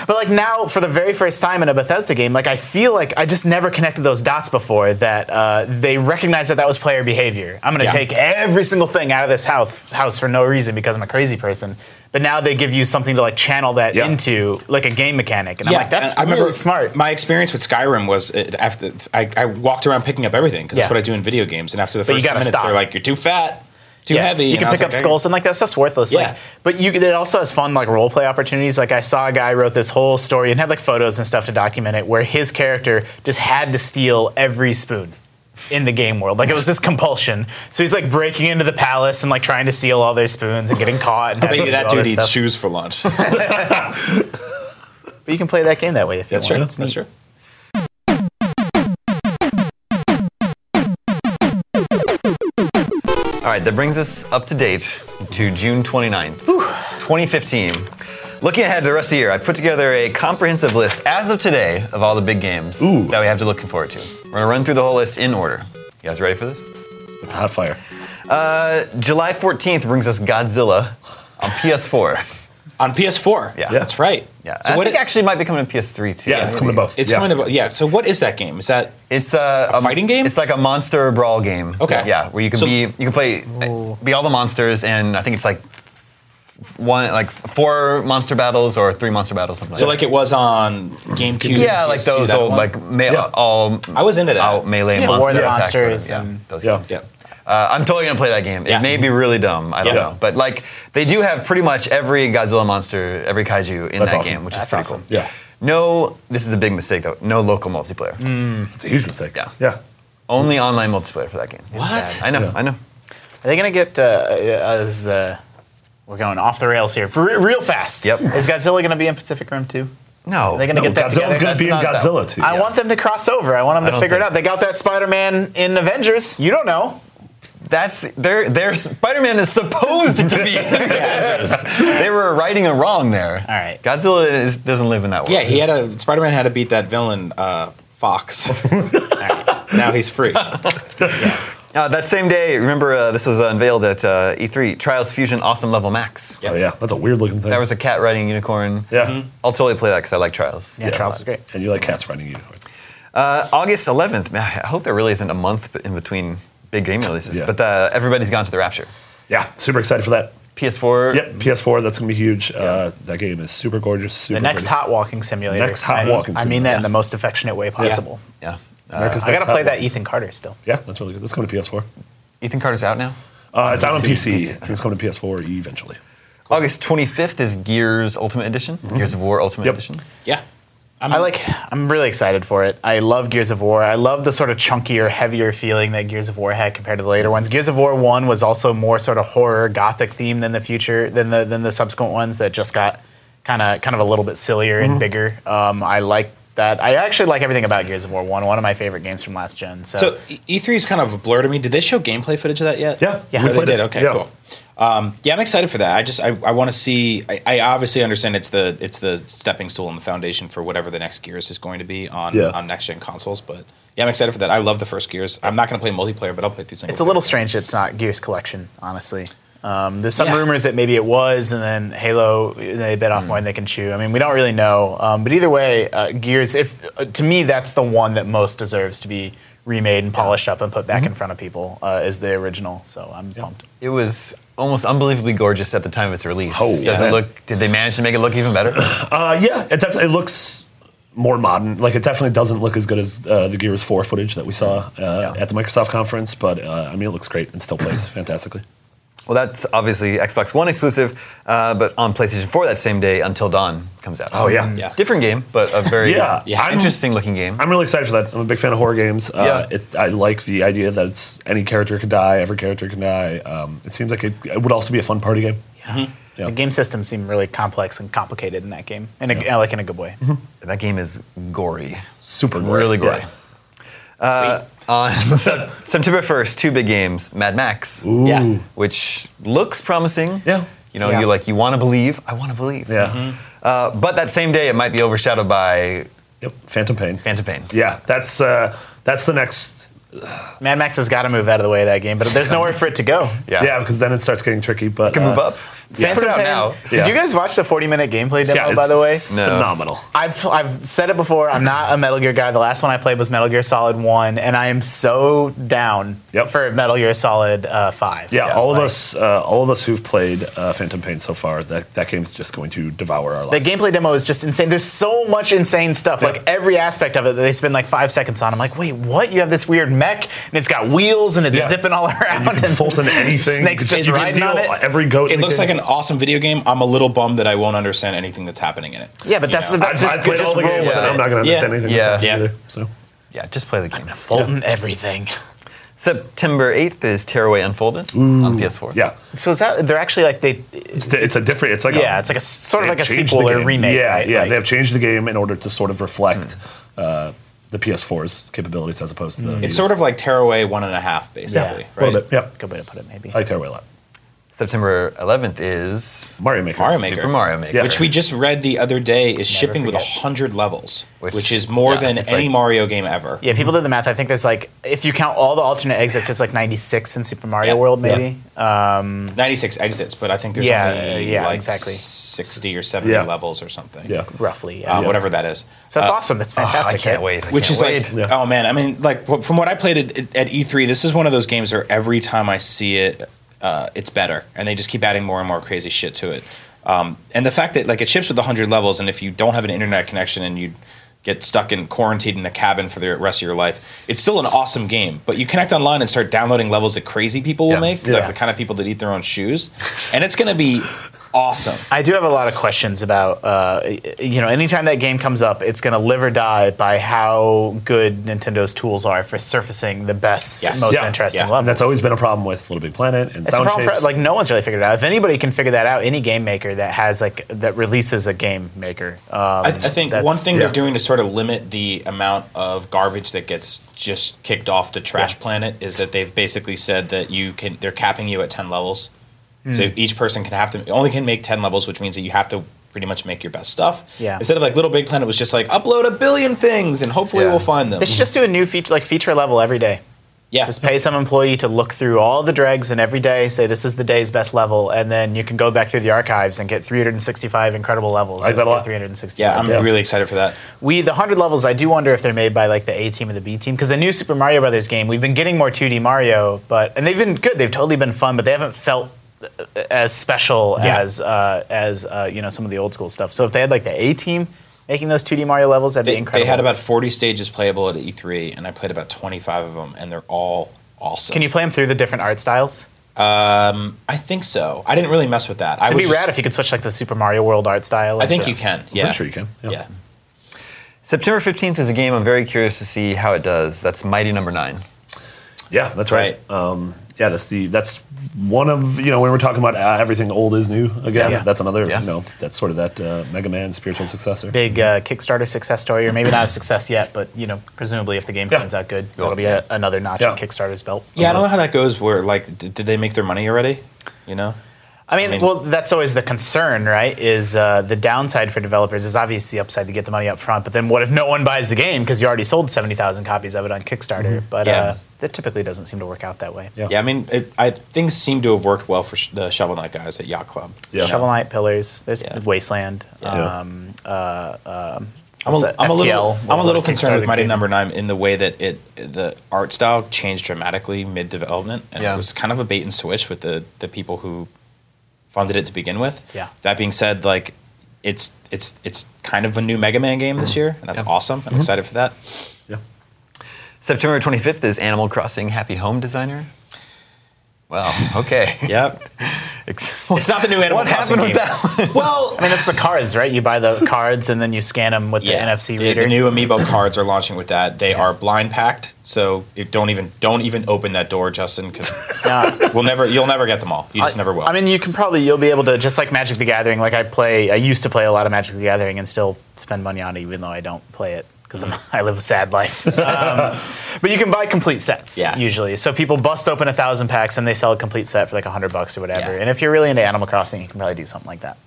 S6: But like now, for the very first time in a Bethesda game, like I feel like I just never connected those dots before that uh, they recognized that that was player behavior. I'm gonna
S7: Yeah.
S6: take every single thing out of this house house for no reason because I'm a crazy person. But now they give you something to like channel that
S4: Yeah.
S6: into like a game mechanic, and I'm like, that's
S7: and I
S6: really
S7: remember
S6: smart.
S7: My experience with Skyrim was uh, after I, I walked around picking up everything because
S6: Yeah.
S7: that's what I do in video games. And after the
S6: But you
S7: first 10
S6: gotta
S7: minutes,
S6: stop.
S7: they're like, "You're too fat, too
S6: Yeah,
S7: heavy."
S6: You
S7: and
S6: can
S7: I was
S6: pick up
S7: like, I-
S6: skulls and like that stuff's worthless.
S7: Yeah.
S6: Like, but you it also has fun like role play opportunities. Like I saw a guy wrote this whole story and had like photos and stuff to document it, where his character just had to steal every spoon in the game world. Like it was this compulsion. So he's like breaking into the palace and like trying to steal all their spoons and getting
S7: [laughs]
S6: caught. And
S7: I bet
S6: having
S7: you
S6: to do
S7: that
S6: all
S7: dude
S6: this
S7: eats
S6: stuff.
S7: shoes for
S6: [laughs]
S7: lunch.
S6: But you can play that game that way if you
S7: That's
S6: want.
S7: true.
S6: It's
S7: That's
S6: neat.
S7: true.
S8: All right, that brings us up to date to June 29th, 2015. Looking ahead to the rest of the year, I've put together a comprehensive list as of today of all the big games
S4: Ooh.
S8: that we have to look forward to. We're gonna run through the whole list in order. You guys ready for this?
S4: Hot fire.
S8: Uh, July 14th brings us Godzilla on PS4.
S7: on PS4.
S8: Yeah.
S7: that's right.
S8: Yeah,
S7: So
S8: I
S7: what
S8: think
S7: it-
S8: actually might be coming to PS3 too.
S4: Yeah, it's coming to both.
S7: It's
S4: yeah.
S7: coming about. Yeah. So what is that game? Is that
S8: It's a,
S7: A fighting game?
S8: It's like a monster brawl game.
S7: Okay.
S8: Yeah, where you can
S7: So-
S8: be you can play uh, be all the monsters, and I think it's like one like four monster battles or three monster battles. Something
S7: so
S8: like
S7: like it was on GameCube?
S8: that. yeah, like
S7: PS2,
S8: those
S7: that
S8: old
S7: one?
S8: like me-
S4: Yeah.
S8: all
S7: I was into that.
S8: out melee
S6: Yeah,
S8: monster
S6: War of the
S8: attack,
S6: Monsters
S8: whatever. Yeah,
S6: and-
S8: those
S4: Yeah.
S8: games.
S7: Yeah.
S8: Uh, I'm totally gonna play that game.
S7: Yeah.
S8: It may be really dumb. I don't
S4: Yeah.
S8: know, but like they do have pretty much every Godzilla monster, every kaiju in
S4: That's
S8: that
S4: awesome.
S8: game, which is
S4: That's
S8: pretty
S4: awesome.
S8: cool.
S4: Yeah.
S8: No, this is a big mistake though. No local multiplayer.
S4: It's a huge mistake.
S8: Yeah.
S4: Yeah.
S8: Only online multiplayer for that game.
S6: What?
S8: I know,
S4: Yeah.
S8: I know.
S6: Are they gonna get uh, uh, is, uh, we're going off the rails here for re- real fast?
S8: Yep.
S6: Is Godzilla gonna be in Pacific Rim too?
S8: No.
S6: Are they gonna
S4: No,
S6: get that
S4: Godzilla's
S6: together?
S4: going to be in
S8: That's not that
S4: Godzilla
S8: one.
S4: too.
S6: I want them to cross over. I want
S8: I
S6: them to
S8: don't
S6: figure it
S8: think
S6: out.
S8: so.
S6: They got that Spider-Man in Avengers. You don't know.
S8: That's their their Spider-Man is supposed to
S6: [laughs]
S8: be. they were righting a wrong there.
S6: All right.
S8: Godzilla is, doesn't live in that world.
S7: Yeah, he had a Spider-Man had to beat that villain uh, Fox. [laughs] Now
S4: [laughs]
S7: he's free.
S8: Uh, that same day, remember uh, this was unveiled at uh, E3. Trials Fusion Awesome Level Max.
S7: Yeah.
S4: Oh, yeah. That's a weird looking thing.
S8: That was a Mm-hmm. cat riding a unicorn.
S4: yeah.
S8: I'll totally play that because I like Trials.
S6: Yeah, Trials is great.
S4: And you like cats riding unicorns.
S8: Uh, August 11th. Man, I hope there really isn't a month in between big game releases.
S4: Yeah.
S8: But uh, everybody's gone to the Rapture.
S4: Yeah. Super excited for that.
S8: PS4.
S4: Yep. PS4. That's going to be huge. Uh, that game is super gorgeous. Super
S6: The next
S4: pretty.
S6: hot walking simulator.
S4: Next hot
S6: I,
S4: walking
S6: I mean
S4: simulator.
S6: that in the most affectionate way possible.
S8: Yeah. Uh,
S4: America's
S6: uh, I
S4: next
S6: gotta play
S4: hot
S6: that E-
S4: one.
S6: Ethan Carter still.
S4: Yeah, that's really good. That's coming to PS4.
S8: Ethan Carter's out now.
S4: Uh, it's out on
S8: PC.
S4: PC. I think It's coming to PS4 eventually.
S8: August 25th is Gears Ultimate Edition. Gears of War Ultimate
S4: Mm-hmm. Yep.
S8: Edition.
S7: Yeah.
S6: i like. I'm really excited for it. I love Gears of War. I love the sort of chunkier, heavier feeling that Gears of War had compared to the later ones. Gears of War One was also more sort of horror, gothic theme than the future than the than the subsequent ones that just got kind of kind of a little bit sillier and bigger. Um, I like that. I actually like everything about Gears of War One. One of my favorite games from last gen. So,
S7: So E- E3 is kind of a blur to me. Did they show gameplay footage of that yet?
S4: Yeah,
S6: Yeah.
S7: Oh,
S6: we
S7: they
S4: played
S7: did.
S4: it.
S7: Okay,
S4: Yeah.
S7: cool. Um, yeah, I'm excited for that. I just I, I want to see. I, I obviously understand it's the it's the stepping stool and the foundation for whatever the next Gears is going to be on
S4: Yeah.
S7: on next gen consoles. But yeah, I'm excited for that. I love the first Gears. I'm not going to play multiplayer, but I'll play through single.
S6: It's a little strange it's not Gears Collection, honestly. Um, there's some
S7: Yeah.
S6: rumors that maybe it was, and then Halo they bit off more than they can chew. I mean, we don't really know, um, but either way, uh, Gears. If uh, to me, that's the one that most deserves to be remade and polished up and put back in front of people uh, is the original. So I'm pumped.
S8: It was almost unbelievably gorgeous at the time of its release.
S4: Oh,
S8: Does
S4: yeah.
S8: it look? Did they manage to make it look even
S4: [clears throat]
S8: better?
S4: Uh, yeah, it definitely it looks more modern. Like it definitely doesn't look as good as uh, the Gears 4 footage that we saw uh, at the Microsoft conference, but uh, I mean it looks great and still plays fantastically.
S8: well, that's obviously Xbox One exclusive, uh, but on PlayStation 4 that same day, Until Dawn comes out.
S4: Oh yeah,
S7: Yeah.
S8: Different game, but a
S4: [laughs]
S8: very
S4: Yeah, yeah. I'm-
S8: interesting looking game.
S4: I'm really excited for that. I'm a big fan of horror games. Uh,
S8: Yeah.
S4: it's, I like the idea that it's any character can die, every character can die. Um, it seems like it, it would also be a fun party game. Yeah.
S6: The game systems seem really complex and complicated in that game, in a, uh, like in a good way.
S8: that game is gory.
S4: Super
S8: It's
S4: gory,
S8: Really gory.
S4: yeah.
S8: Uh, on [laughs] Sep- September 1st, two big games, Mad Max,
S4: Ooh.
S7: Yeah.
S8: which looks promising.
S4: Yeah.
S8: You know,
S6: Yeah.
S8: you like you want to believe. I want to believe.
S4: Yeah.
S8: Uh, but that same day, it might be overshadowed by
S4: Yep. Phantom Pain.
S8: Phantom Pain.
S4: yeah, that's uh, that's the next.
S6: Mad Max has got to move out of the way of that game, but there's nowhere for it to go.
S4: Yeah. because then it starts getting tricky. But
S8: can move
S4: uh,
S8: up.
S6: Phantom
S8: Put it out
S6: Pain-
S8: now.
S6: Did
S4: Yeah.
S6: you guys watch the 40 minute gameplay demo?
S4: Yeah,
S6: by
S4: it's
S6: the way,
S8: No.
S4: Phenomenal.
S6: I've, I've said it before. I'm not a Metal Gear guy. The last one I played was Metal Gear Solid One, and I am so down
S4: Yep.
S6: for Metal Gear Solid uh, Five.
S4: Yeah,
S8: Yeah,
S4: all of
S8: like-
S4: us, uh, all of us who've played uh, Phantom Pain so far, that that game's just going to devour our
S6: The
S4: lives.
S6: gameplay demo is just insane. There's so much insane stuff. Like every aspect of it that they spend like five seconds on. I'm like, wait, what? You have this weird mech, and it's got wheels, and it's
S4: Yeah.
S6: zipping all [laughs] around.
S4: You can
S6: [laughs]
S4: fold into anything.
S6: Snakes
S4: you
S6: just
S4: can
S6: riding on
S4: steal
S6: it.
S4: Every goat. in
S7: It
S4: the
S7: looks
S4: game.
S7: like an awesome video game. I'm a little bummed that I won't understand anything that's happening in it.
S6: Yeah, but
S7: You
S6: that's
S7: know?
S6: the
S4: I've,
S6: just,
S4: I've played
S6: just
S4: all the
S6: roll
S4: games,
S6: with
S4: and
S6: it.
S4: I'm not going to
S8: Yeah.
S4: understand anything.
S8: Yeah.
S4: that's
S7: Yeah.
S4: Either, so
S8: Yeah, just play the game.
S6: Folding everything.
S8: September 8th is Tearaway Unfolded on PS4.
S4: yeah,
S6: So is that they're actually like they?
S4: it's, di- it's a different. It's like
S6: Yeah,
S4: a,
S6: it's like a s- sort of
S4: they've
S6: like a
S4: changed
S6: sequel
S4: the
S6: or
S4: game.
S6: remake.
S4: Yeah,
S6: right?
S4: yeah,
S6: Like- Hmm.
S4: they have changed the game in order to sort of reflect uh, the PS4's capabilities as opposed to the.
S7: It's sort of like Tearaway one and a half, basically.
S6: Yeah.
S7: Right?
S4: Yep.
S6: good way to put it, maybe.
S4: I like Tearaway a lot.
S8: September 11th is
S4: Mario Maker.
S7: Mario Maker.
S8: Super Mario Maker,
S4: Yeah.
S7: Which we just read the other day is shipping with
S6: forget.
S7: 100 levels,
S8: Which-
S7: which, is more
S8: yeah,
S7: than
S8: it's
S7: any
S8: like-
S7: Mario game ever.
S6: Yeah, people did the math. I think there's like, if you count all the alternate exits, there's like 96 in Super Mario
S7: Yeah.
S6: World, maybe. Uh,
S7: 96 exits, but I think there's
S6: Yeah,
S7: only
S6: uh, yeah,
S7: like
S6: exactly.
S7: 60 or 70
S4: Yeah.
S7: levels or something.
S4: Yeah.
S6: Roughly, yeah.
S7: Uh, Whatever that is.
S6: So that's
S7: Uh,
S6: awesome. That's
S8: Oh,
S6: fantastic.
S8: I can't
S6: right?
S8: wait. I
S7: Which
S8: can't
S7: is
S8: wait.
S7: like,
S4: Yeah.
S7: oh man, I mean, like wh- from what I played at, at E3, this is one of those games where every time I see it, uh, it's better, and they just keep adding more and more crazy shit to it. Um, and the fact that like it ships with 100 levels, and if you don't have an internet connection and you get stuck in quarantined in a cabin for the rest of your life, it's still an awesome game. But you connect online and start downloading levels that crazy people will
S8: Yeah.
S7: make,
S4: Yeah.
S7: like the kind of people that eat their own shoes, and it's gonna be awesome.
S6: I do have a lot of questions about, uh, y- you know, anytime that game comes up, it's going to live or die by how good Nintendo's tools are for surfacing the best,
S7: Yes.
S6: most
S7: Yeah,
S6: interesting
S7: yeah.
S6: levels.
S4: And that's always been a problem with Little Big Planet and
S6: It's a
S4: Sound
S6: problem
S4: Shapes.
S6: for, like no one's really figured it out. If anybody can figure that out, any game maker that has like that releases a game maker. Um,
S7: I, th- I think
S6: that's-
S7: one thing
S4: yeah.
S7: they're doing to sort of limit the amount of garbage that gets just kicked off the trash planet is that they've basically said that you can they're capping you at ten levels,
S6: Hmm.
S7: so each person can have to only can make ten levels, which means that you have to pretty much make your best stuff.
S6: Yeah.
S7: Instead of like Little Big Planet was just like upload a billion things and hopefully
S8: Yeah.
S7: we'll find them.
S6: They should just do a new feature, like feature level every day.
S7: yeah.
S6: Just pay some employee to look through all the dregs and every day say this is the day's best level, and then you can go back through the archives and get 365 incredible levels.
S4: I like that a lot.
S6: 365.
S7: yeah, I'm
S4: Yes.
S7: really excited for that.
S6: We the hundred levels. I do wonder if they're made by like the A team or the B team because the new Super Mario Brothers game. We've been getting more 2D Mario, but and they've been good. They've totally been fun, but they haven't felt uh, as special as uh, as uh, you know some of the old school stuff. So if they had like the A team making those 2D Mario levels, that'd be
S7: They,
S6: incredible.
S7: they had about 40 stages playable at E3, and I played about 25 of them, and they're all awesome.
S6: Can you play them through the different art styles?
S7: I think so. I didn't really mess with that. I
S6: It'd
S7: was
S6: be
S7: just-
S6: rad if you could switch like the Super Mario World art style.
S7: I
S6: and
S7: think you
S6: just-
S7: can.
S4: I'm
S7: Yeah.
S4: sure you can. Yeah.
S7: Yeah.
S8: September 15th is a game I'm very curious to see how it does. That's Mighty Number Nine.
S4: Yeah, that's right.
S7: Right.
S4: Um, yeah, that's the that's one of you know when we're talking about uh, everything old is new again.
S6: Yeah.
S4: That's another
S8: Yeah.
S4: you know that's sort of that uh, Mega Man spiritual successor.
S6: Big uh, Kickstarter success story, or maybe not a success yet, but you know, presumably if the game
S4: Yeah.
S6: turns out good, that'll be a, another notch
S4: Yeah.
S6: in Kickstarter's belt.
S7: Yeah, I don't know how that goes. Where like, did, did they make their money already? You know,
S6: I mean,
S7: I mean-
S6: well, that's always the concern, right? Is uh, the downside for developers is obviously the upside to get the money up front, but then what if no one buys the game because you already sold 70,000 copies of it on Kickstarter? But
S7: Mm-hmm. Yeah.
S6: uh, that typically doesn't seem to work out that way.
S4: Yeah.
S7: yeah. I mean, it, I things seem to have worked well for sh- the Shovel Knight guys at Yacht Club.
S4: Yeah.
S6: Shovel Knight Pillars, there's
S7: Yeah.
S6: Wasteland.
S4: Yeah.
S6: Um, uh, um,
S7: I'm a,
S6: what's that?
S7: I'm a
S6: FTL
S7: little,
S6: was
S7: I'm a little
S6: Kickstarter
S7: concerned with Mighty
S6: game.
S7: Number Nine in the way that it, the art style changed dramatically mid development, and
S8: Yeah.
S7: it was kind of a bait and switch with the the people who funded it to begin with.
S6: Yeah.
S7: That being said, like, it's it's it's kind of a new Mega Man game this year, and that's awesome. I'm excited for that.
S4: Yeah.
S8: September 25th is Animal Crossing Happy Home Designer. Wow. Okay. [laughs]
S7: Yep.
S8: Ex-
S7: [laughs] It's not the new Animal
S8: What
S7: Crossing
S8: happened with
S7: game. [laughs] well,
S6: I mean, it's the cards, right? You buy the [laughs] cards and then you scan them with the NFC
S7: the-
S6: reader.
S7: The new Amiibo cards are launching with that. They are blind packed, so it, don't even don't even open that door, Justin, because
S6: [laughs] Yeah.
S7: we'll never you'll never get them all. You just never will.
S6: I mean, you can probably you'll be able to just like Magic the Gathering. Like I play, I used to play a lot of Magic the Gathering and still spend money on it, even though I don't play it because [laughs] I live a
S7: [laughs]
S6: sad life. Um, but you can buy complete sets
S7: Yeah.
S6: usually. So people bust open a thousand packs and they sell a complete set for like a hundred bucks or whatever.
S7: Yeah.
S6: And if you're really into Animal Crossing, you can probably do something like that.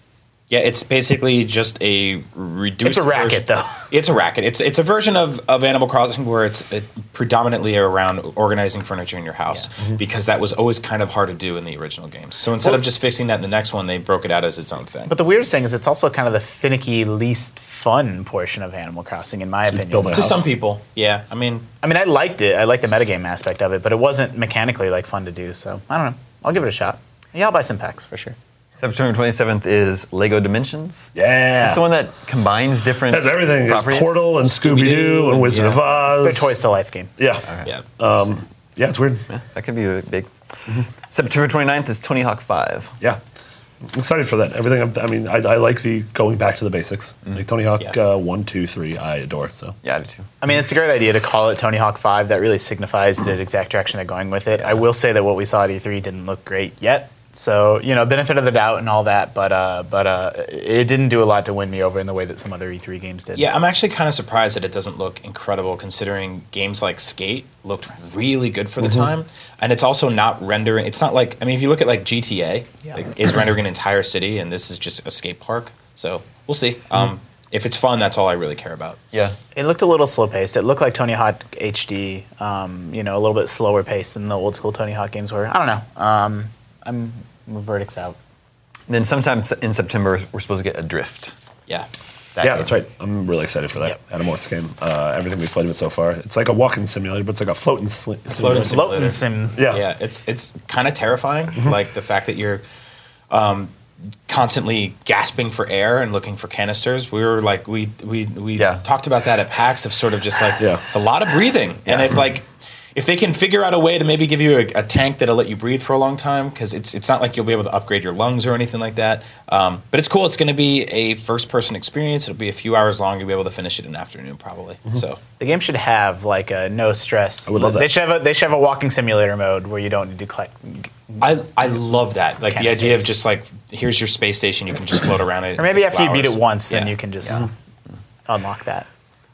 S7: yeah, it's basically just a reduced.
S6: It's a racket,
S7: version-
S6: though.
S7: It's a racket. It's it's a version of, of Animal Crossing where it's uh predominantly around organizing furniture in your house
S6: Mm-hmm.
S7: because that was always kind of hard to do in the original games. So instead of just fixing that in the next one, they broke it out as its own thing.
S6: But the weirdest thing is, it's also kind of the finicky, least fun portion of Animal Crossing, in my opinion.
S4: build a
S7: to
S4: house.
S7: some people, yeah. I mean,
S6: I mean, I liked it. I liked the metagame aspect of it, but it wasn't mechanically like fun to do. So I don't know. I'll give it a shot. Yeah, I'll buy some packs for sure.
S8: September 27th is Lego Dimensions.
S4: Yeah.
S8: Is this the one that combines different
S4: Has everything. It's
S8: properties?
S4: Portal and Scooby Doo and Wizard of Oz.
S6: It's their Toys to Life game.
S4: Yeah.
S7: yeah.
S4: Um, yeah, it's weird. Yeah.
S8: That could be a big.
S4: Mm-hmm.
S8: September 29th is Tony Hawk 5.
S4: I'm excited for that. Everything. I'm- I mean, I, I like the going back to the basics.
S8: Mm-hmm.
S4: Like Tony Hawk
S7: Yeah.
S4: uh, one, two, three. I adore. So
S8: Yeah, I do too.
S6: I mean, it's a great idea to call it Tony Hawk 5. That really signifies the exact direction they're going with it. I will say that what we saw at E3 didn't E look great yet. So you know, benefit of the doubt and all that, but uh, but uh, it didn't do a lot to win me over in the way that some other E3 games did.
S7: Yeah, I'm actually kind of surprised that it doesn't look incredible considering games like Skate looked really good for the time. And it's also not rendering, it's not like, I mean, if you look at like GTA, like, is rendering an entire city and this is just a skate park. So we'll see. Um, if it's fun, that's all I really care about.
S8: Yeah.
S6: It looked a little slow paced. It looked like Tony Hawk HD, um, you know, a little bit slower paced than the old school Tony Hawk games were. I don't know. Um, I'm my verdict's out.
S8: And then sometime s- in September, we're supposed to get Adrift.
S7: Yeah.
S4: yeah,
S8: That game.
S4: that's right. I'm really excited for that
S6: Yep.
S4: Adam West game. Uh, everything we've played of it so far. It's like a walking simulator, but it's like a floating sli- simulator.
S7: Floating simulator.
S6: Floating sim.
S4: Yeah. Mm-hmm.
S7: yeah it's it's kind of terrifying like the fact that you're um, constantly gasping for air and looking for canisters we were like we we we
S8: Yeah.
S7: talked about that at pax of sort of just like
S4: Yeah.
S7: it's a lot of breathing and if like if they can figure out a way to maybe give you a, a tank that'll let you breathe for a long time because it's it's not like you'll be able to upgrade your lungs or anything like that um, but it's cool it's going to be a first person experience it'll be a few hours long you'll be able to finish it in an afternoon probably
S4: Mm-hmm.
S7: so
S6: The game should have like a no stress. I
S4: would love that.
S6: They should have a, they should have a walking simulator mode where you don't need to collect.
S7: I, I love that. Like the
S6: Kind of
S7: idea of
S6: space.
S7: just like here's your space station, you can just float around it.
S6: Or maybe after you beat it once, then
S7: Yeah.
S6: you can just unlock that.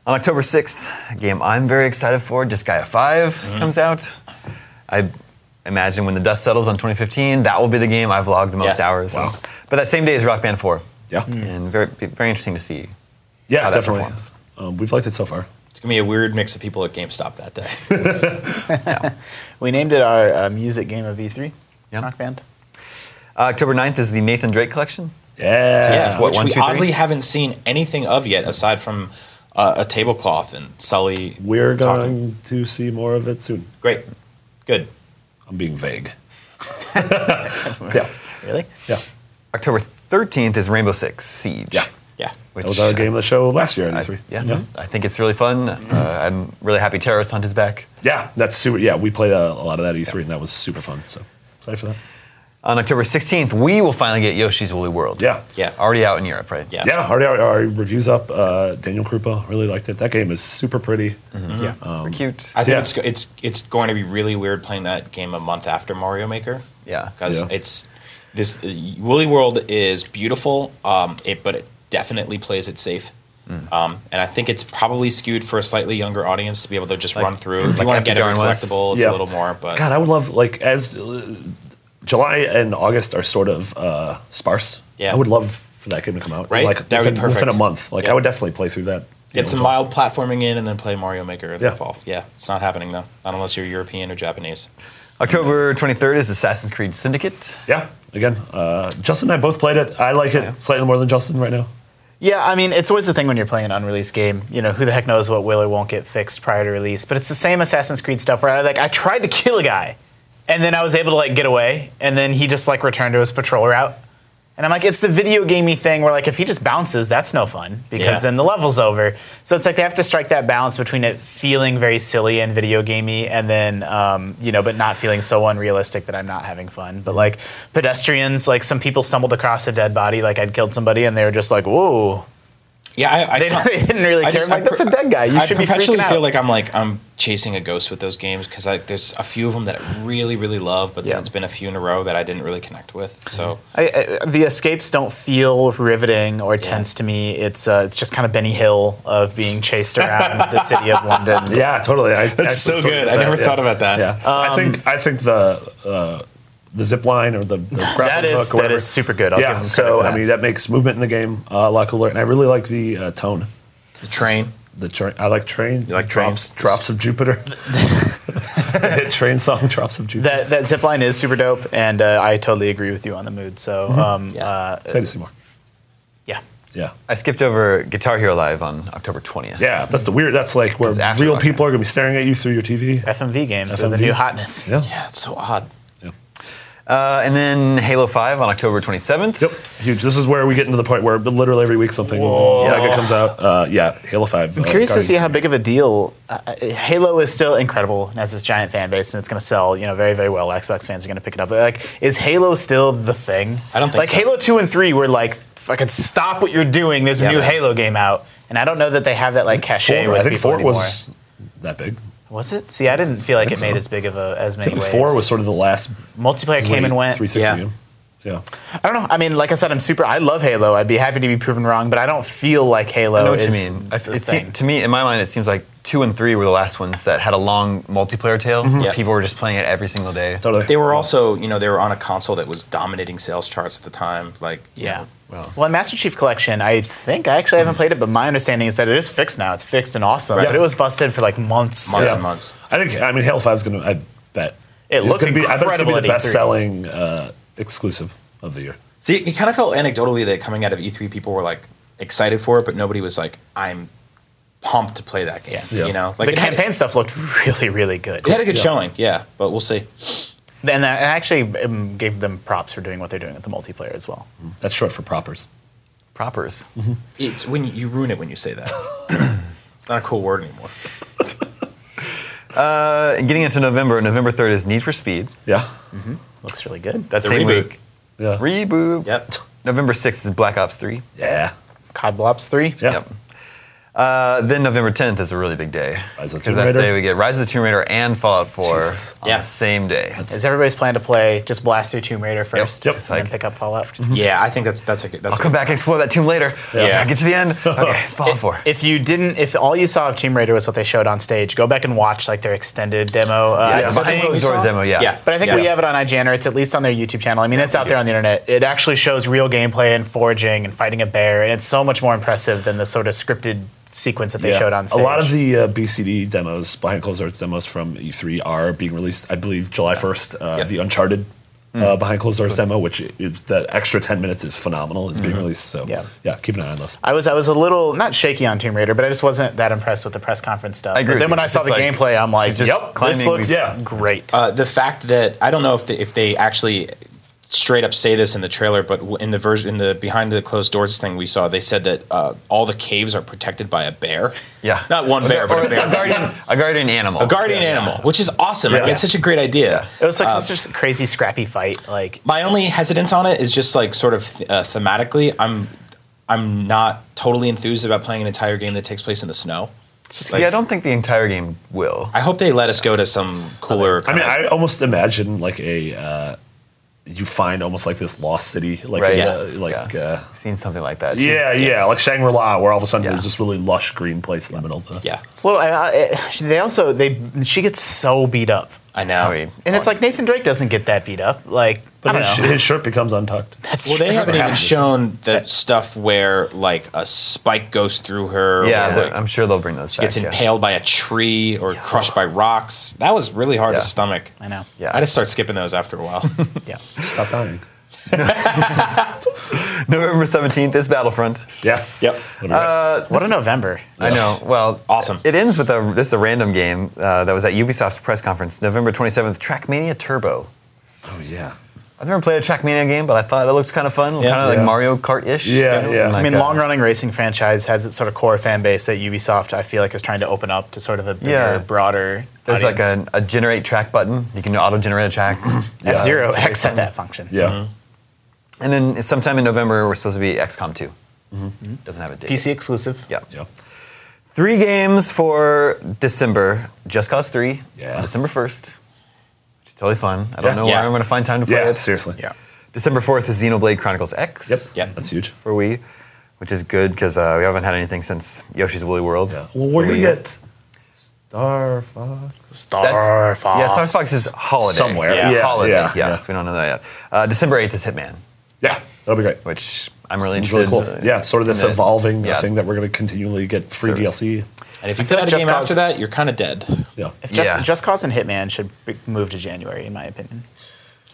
S8: On October 6th, a game I'm very excited for, Disgaea 5
S4: Mm-hmm.
S8: comes out. I imagine when the dust settles on 2015, that will be the game I've logged the most
S7: Yeah.
S8: hours.
S4: Wow.
S8: But that same day is Rock Band 4.
S4: Yeah.
S8: And very, be very interesting to see.
S4: Yeah,
S8: Mm. how that
S4: definitely.
S8: performs.
S4: Um, we've liked it so far.
S7: It's gonna be a weird mix of people at GameStop that
S6: [laughs]
S7: day.
S6: We named it our uh, music game of E3.
S8: Yeah.
S6: Rock Band.
S8: Uh, October 9th is the Nathan Drake collection.
S4: Yeah.
S7: [laughs]
S8: what,
S7: which
S8: one,
S7: we
S8: two, three?
S7: oddly haven't seen anything of yet, aside from uh, a tablecloth and Sully.
S4: We're
S7: talking.
S4: going to see more of it soon.
S7: Great, good.
S4: I'm being
S8: [laughs]
S4: vague. [laughs]
S6: Really?
S4: Yeah.
S8: October 13th is Rainbow Six Siege.
S4: Yeah.
S7: Yeah,
S8: Which
S4: That was our game of the show last year in
S8: I,
S4: E3.
S8: yeah, I think it's really fun. Uh, I'm really happy Terrorist Hunt is back.
S4: Yeah, that's super. Yeah, we played a, a lot of that E3, and that was super fun. So excited for that.
S8: On October 16th, we will finally get Yoshi's Woolly World.
S4: Yeah.
S7: yeah,
S8: Already out in Europe, right?
S7: yeah,
S4: Yeah, already our, our reviews up. Uh, Daniel Krupa really liked it. That game is super pretty.
S7: Mm-hmm.
S6: Yeah.
S4: Um,
S8: Super cute.
S7: I think
S4: Yeah.
S7: it's go- it's it's going to be really weird playing that game a month after Mario Maker.
S8: yeah.
S7: because
S4: Yeah.
S7: it's this uh, Woolly World is beautiful, um, it, but it definitely plays it safe.
S8: Mm.
S7: Um, and I think it's probably skewed for a slightly younger audience to be able to just run
S8: [clears throat]
S7: through. If
S8: like
S7: you want to get
S8: Happy
S7: every
S8: Darn was.
S7: collectible, it's
S4: Yeah.
S7: a little more. But
S4: God, I would love like as uh, July and August are sort of uh, sparse.
S7: Yeah.
S4: I would love for that game to come out.
S7: Right?
S4: like
S7: That would
S4: within,
S7: be
S4: within
S7: perfect.
S4: a month. Like
S7: Yeah.
S4: I would definitely play through that. you
S7: get
S4: know,
S7: some
S4: in
S7: mild platforming in and then play Mario Maker in
S4: Yeah.
S7: the fall. Yeah, it's not happening though, not unless you're European or Japanese.
S8: October 23rd is Assassin's Creed Syndicate.
S4: Yeah. Again, uh, Justin and I both played it. I like it slightly more than Justin right now.
S6: Yeah, I mean, it's always the thing when you're playing an unreleased game. You know, who the heck knows what will or won't get fixed prior to release? But it's the same Assassin's Creed stuff where I like I tried to kill a guy, and then I was able to like get away, and then he just like returned to his patrol route. And I'm like, it's the video gamey thing where like if he just bounces, that's no fun because
S7: Yeah.
S6: then the level's over. So it's like they have to strike that balance between it feeling very silly and video gamey, and then um, you know, but not feeling so unrealistic that I'm not having fun. But like pedestrians, like some people stumbled across a dead body, like I'd killed somebody, and they were just like, whoa.
S7: Yeah, I, I
S6: They,
S7: can't-
S6: [laughs] they didn't really
S7: I
S6: care.
S7: just-
S6: I'm like,
S7: I
S6: that's a
S7: per-
S6: dead guy. You
S7: I
S6: should be
S7: perpetually
S6: freaking out.
S7: feel like I'm like I'm chasing a ghost with those games because like there's a few of them that I really really love, but then
S6: Yeah.
S7: it's been a few in a row that I didn't really connect with. So
S6: I, I, the escapes don't feel riveting or tense to me. It's uh, it's just kind of Benny Hill of being chased around the city
S4: [laughs]
S6: of London.
S4: Yeah, totally. I, That's
S7: so good. I never thought about that.
S4: Yeah,
S6: Um,
S4: I think I think the uh, the zip line or the, the grappling
S6: That is-
S4: hook or
S6: that
S4: whatever.
S6: is super good. I'll give
S4: yeah,
S6: them credit
S4: so
S6: for
S4: I
S6: that.
S4: mean that makes movement in the game uh, a lot cooler, and I really like the uh, tone.
S7: the train.
S4: The train, I like train. You
S7: like
S4: drops,
S7: trains?
S4: drops of
S6: [laughs]
S4: Jupiter. The hit train song, drops of Jupiter.
S6: That that zip line is super dope, and uh, I totally agree with you on the mood. So
S4: Mm-hmm.
S6: um,
S7: Yeah.
S6: uh,
S4: Excited to see more.
S6: yeah.
S4: Yeah,
S8: I skipped over Guitar Hero Live on October 20th.
S4: yeah. That's the weird. That's like where
S8: It's after
S4: real
S8: Rock
S4: people are gonna be staring at you through your TV.
S6: FMV games are the new
S4: FMVs.
S6: hotness.
S4: Yeah.
S7: Yeah, it's so odd.
S8: Uh, and then Halo 5 on October 27th.
S4: Yep, huge. This is where we get into the point where literally every week something like it comes out. Uh, yeah, Halo Five.
S6: I'm curious to see how big of a deal uh, uh, Halo is still incredible and has this giant fan base and it's going to sell, you know, very very well. Xbox fans are going to pick it up. But, like, is Halo still the thing?
S7: I don't think
S6: like
S7: so.
S6: Halo Two and Three were like, fucking stop what you're doing. There's a
S7: Yeah.
S6: new Halo game out, and I don't know that they have that like cachet
S4: Four,
S6: with
S4: I think
S6: people
S4: four
S6: anymore.
S4: was that big.
S6: Was it? See, I didn't feel like it
S4: think
S6: made
S4: so.
S6: as big of a as
S4: I
S6: many
S4: think
S6: waves.
S4: four was sort of the last
S6: multiplayer came
S4: great
S6: and went.
S4: 360
S7: Yeah.
S4: game. Yeah.
S6: I don't know. I mean, like I said, I'm super. I love Halo. I'd be happy to be proven wrong, but I don't feel like Halo.
S8: I know what you
S6: is
S8: mean. I f-
S6: Oh, the
S8: it se-
S6: thing.
S8: to me, in my mind, it seems like two and three were the last ones that had a long multiplayer tail.
S7: Yeah.
S8: People were just playing it every single day.
S4: Mm-hmm. Totally.
S7: They were also, you know, they were on a console that was dominating sales charts at the time. Like, you
S6: Yeah.
S7: know,
S6: Well, in Master Chief Collection, I think I actually haven't played it, but my understanding is that it is fixed now. It's fixed and awesome, but it was busted for like months.
S7: months
S4: Yeah.
S7: and months.
S4: I think I mean Halo Five is going to. I bet
S6: It
S4: it's
S6: looked
S4: gonna be, I bet it's going
S6: incredible
S4: to
S6: at
S4: be
S6: E3.
S4: the best-selling uh, exclusive of the year.
S7: See, it kind of felt anecdotally that coming out of E3, people were like excited for it, but nobody was like, I'm pumped to play that game.
S6: Yeah.
S4: Yeah.
S7: You know,
S6: the
S7: it had-
S6: campaign stuff looked really, really good.
S7: It had a good
S4: Yeah.
S7: showing, yeah, but we'll see.
S6: And I actually um, gave them props for doing what they're doing with the multiplayer as well.
S4: That's short for propers.
S8: Propers.
S7: It's when you, you ruin it when you say that. [coughs] it's not a cool word anymore.
S8: Uh, getting into November, November 3rd is Need for Speed.
S4: Yeah.
S6: Looks really good.
S7: The
S8: That same
S7: reboot.
S8: week.
S4: Yeah.
S8: Reboot.
S7: Yep.
S8: November 6th is Black Ops 3.
S4: yeah.
S6: COD Blops 3.
S4: Yeah.
S8: Yep. Uh, then November 10th is a really big day.
S4: Rise of the
S8: Because
S4: Tomb
S8: that's the
S4: Raider.
S8: day we get Rise of the Tomb Raider and Fallout 4
S4: Jesus.
S8: on
S7: Yeah.
S8: the same day.
S6: Is everybody's plan to play just blast through Tomb Raider first
S4: Yep.
S6: and
S8: Like-
S6: then pick up Fallout?
S7: [coughs]
S8: Mm-hmm.
S7: Yeah, I think that's that's a good. That's
S8: I'll come back and explore that tomb later.
S4: Yeah.
S8: Yeah. Get to the end.
S7: [laughs]
S8: Okay, Fallout 4.
S6: If you didn't, if all you saw of Tomb Raider was what they showed on stage, go back and watch like their extended demo. Uh,
S8: Yeah,
S6: but, I
S8: Behind
S6: think,
S8: Closed Doors demo, yeah.
S7: Yeah.
S6: but I think we have it on IGN or it's at least on their YouTube channel. I mean, it's out there on the internet. It actually shows real gameplay and foraging and fighting a bear, and it's so much more impressive than the sort of scripted sequence that they
S4: Yeah.
S6: showed on
S4: A
S6: stage.
S4: lot of the uh, BCD demos, behind closed doors demos from E3 are being released, I believe, July 1st. Uh,
S7: Yeah.
S4: The Uncharted uh, behind closed doors demo, which is that extra 10 minutes is phenomenal, is being released. So,
S6: Yeah.
S4: yeah. keep an eye on those.
S6: I was I was a little not shaky on Tomb Raider, but I just wasn't that impressed with the press conference stuff.
S8: I
S6: But
S8: agree with
S6: then
S8: you.
S6: when I saw
S8: It's
S6: the
S8: like-
S6: gameplay, I'm like,
S8: it's just
S6: yep, this
S8: climbing
S6: looks
S8: these-
S4: Yeah.
S6: great.
S7: Uh, the fact that I don't know if they, if they actually straight up say this in the trailer, but w- in the version in the behind the closed doors thing we saw, they said that uh, all the caves are protected by a bear.
S8: Yeah.
S7: not one bear, but a
S8: a
S7: bear.
S8: guardian, a guardian animal.
S7: [laughs] A guardian animal, which is awesome. I mean, it's such a great idea.
S6: it was like
S8: Um,
S6: it's just a crazy scrappy fight. Like
S7: My only hesitance on it is just like sort of th- uh, thematically, I'm I'm not totally enthused about playing an entire game that takes place in the snow.
S8: See,
S7: like-
S8: I don't think the entire game will.
S7: I hope they let us go to some cooler.
S4: I
S7: kind
S4: mean,
S7: of-
S4: I almost imagine like a. Uh, you find almost like this lost city, like
S8: Right.
S4: uh,
S8: Yeah.
S4: like
S8: Yeah.
S4: uh,
S8: I've seen something like that.
S4: Yeah, yeah, like Shangri La, where all of a sudden
S8: Yeah.
S4: there's this really lush green place in the middle of the.
S7: yeah,
S6: it's a little. I, I, it- they also they she gets so beat up,
S7: I know.
S8: I mean,
S6: and it's like Nathan Drake doesn't get that beat up. Like I
S4: But
S6: don't
S4: his,
S6: know.
S4: his shirt becomes untucked.
S6: That's
S7: Well, they
S6: true.
S7: haven't even shown the stuff where like a spike goes through her.
S8: yeah,
S7: or,
S8: but
S7: like,
S8: I'm sure they'll bring those. She
S7: gets
S8: back, yeah.
S7: impaled by a tree or crushed by rocks. That was really hard
S8: Yeah.
S7: to stomach.
S6: I know.
S8: Yeah.
S7: I just start skipping those after a while. [laughs]
S6: Yeah.
S4: Stop dying.
S8: November 17th is Battlefront.
S4: Yeah.
S7: yep.
S8: Uh,
S6: What a November.
S8: I know. Well,
S7: Awesome.
S8: It ends with a this is a random game uh, that was at Ubisoft's press conference, November 27th. Trackmania Turbo.
S4: Oh yeah.
S8: I've never played a Trackmania game, but I thought it looked kind of fun,
S7: Yeah.
S8: kind of like
S4: Yeah.
S8: Mario Kart-ish.
S4: Yeah, yeah.
S8: And
S4: I
S6: I
S8: like,
S6: mean,
S8: uh,
S6: long running racing franchise has its sort of core fan base that Ubisoft, I feel like, is trying to open up to sort of a bigger,
S8: Yeah.
S6: broader.
S8: There's like
S6: audience.
S8: a, a generate track button. You can auto generate a track.
S4: Mm-hmm.
S6: F Zero
S8: it's very
S6: X at
S8: fun.
S6: that function.
S4: Yeah.
S8: And then sometime in November, we're supposed to be XCOM 2. Mm-hmm. Doesn't have a date.
S6: PC exclusive.
S8: Yeah.
S4: Mm-hmm. Yeah.
S8: Three games for December. Just Cause 3,
S4: Yeah.
S8: on December 1st, which is totally fun. I don't
S4: Yeah.
S8: know
S7: Yeah.
S8: where I'm going to find time to play
S4: Yeah.
S8: it.
S4: Seriously.
S6: Yeah.
S8: December 4th is Xenoblade Chronicles X
S4: Yep.
S7: Yep.
S4: That's huge.
S8: for Wii, which is good because uh, we haven't had anything since Yoshi's Woolly World.
S4: Yeah. Well, where
S8: for
S4: do you
S8: Wii U.
S4: get Star Fox?
S8: That's-
S6: Star Fox.
S8: Yeah, Star Fox is holiday.
S4: Somewhere.
S8: Yeah,
S4: Yeah,
S8: holiday.
S4: yeah,
S8: yes,
S4: yeah.
S8: we don't know that yet. Uh, December 8th is Hitman,
S4: Yeah. That'll be great.
S8: which I'm really
S4: It's really
S8: interested
S4: cool.
S8: in.
S4: yeah. it's Sort of this
S8: in it.
S4: evolving
S8: Yeah.
S4: thing that we're going to continually get free
S8: Service.
S4: DLC.
S7: And if you put out a
S6: Just
S7: game
S6: Cause-
S7: after that, you're kind of dead.
S4: Yeah.
S6: If Just,
S8: Yeah.
S6: Just Cause and Hitman should be- move to January, in my opinion.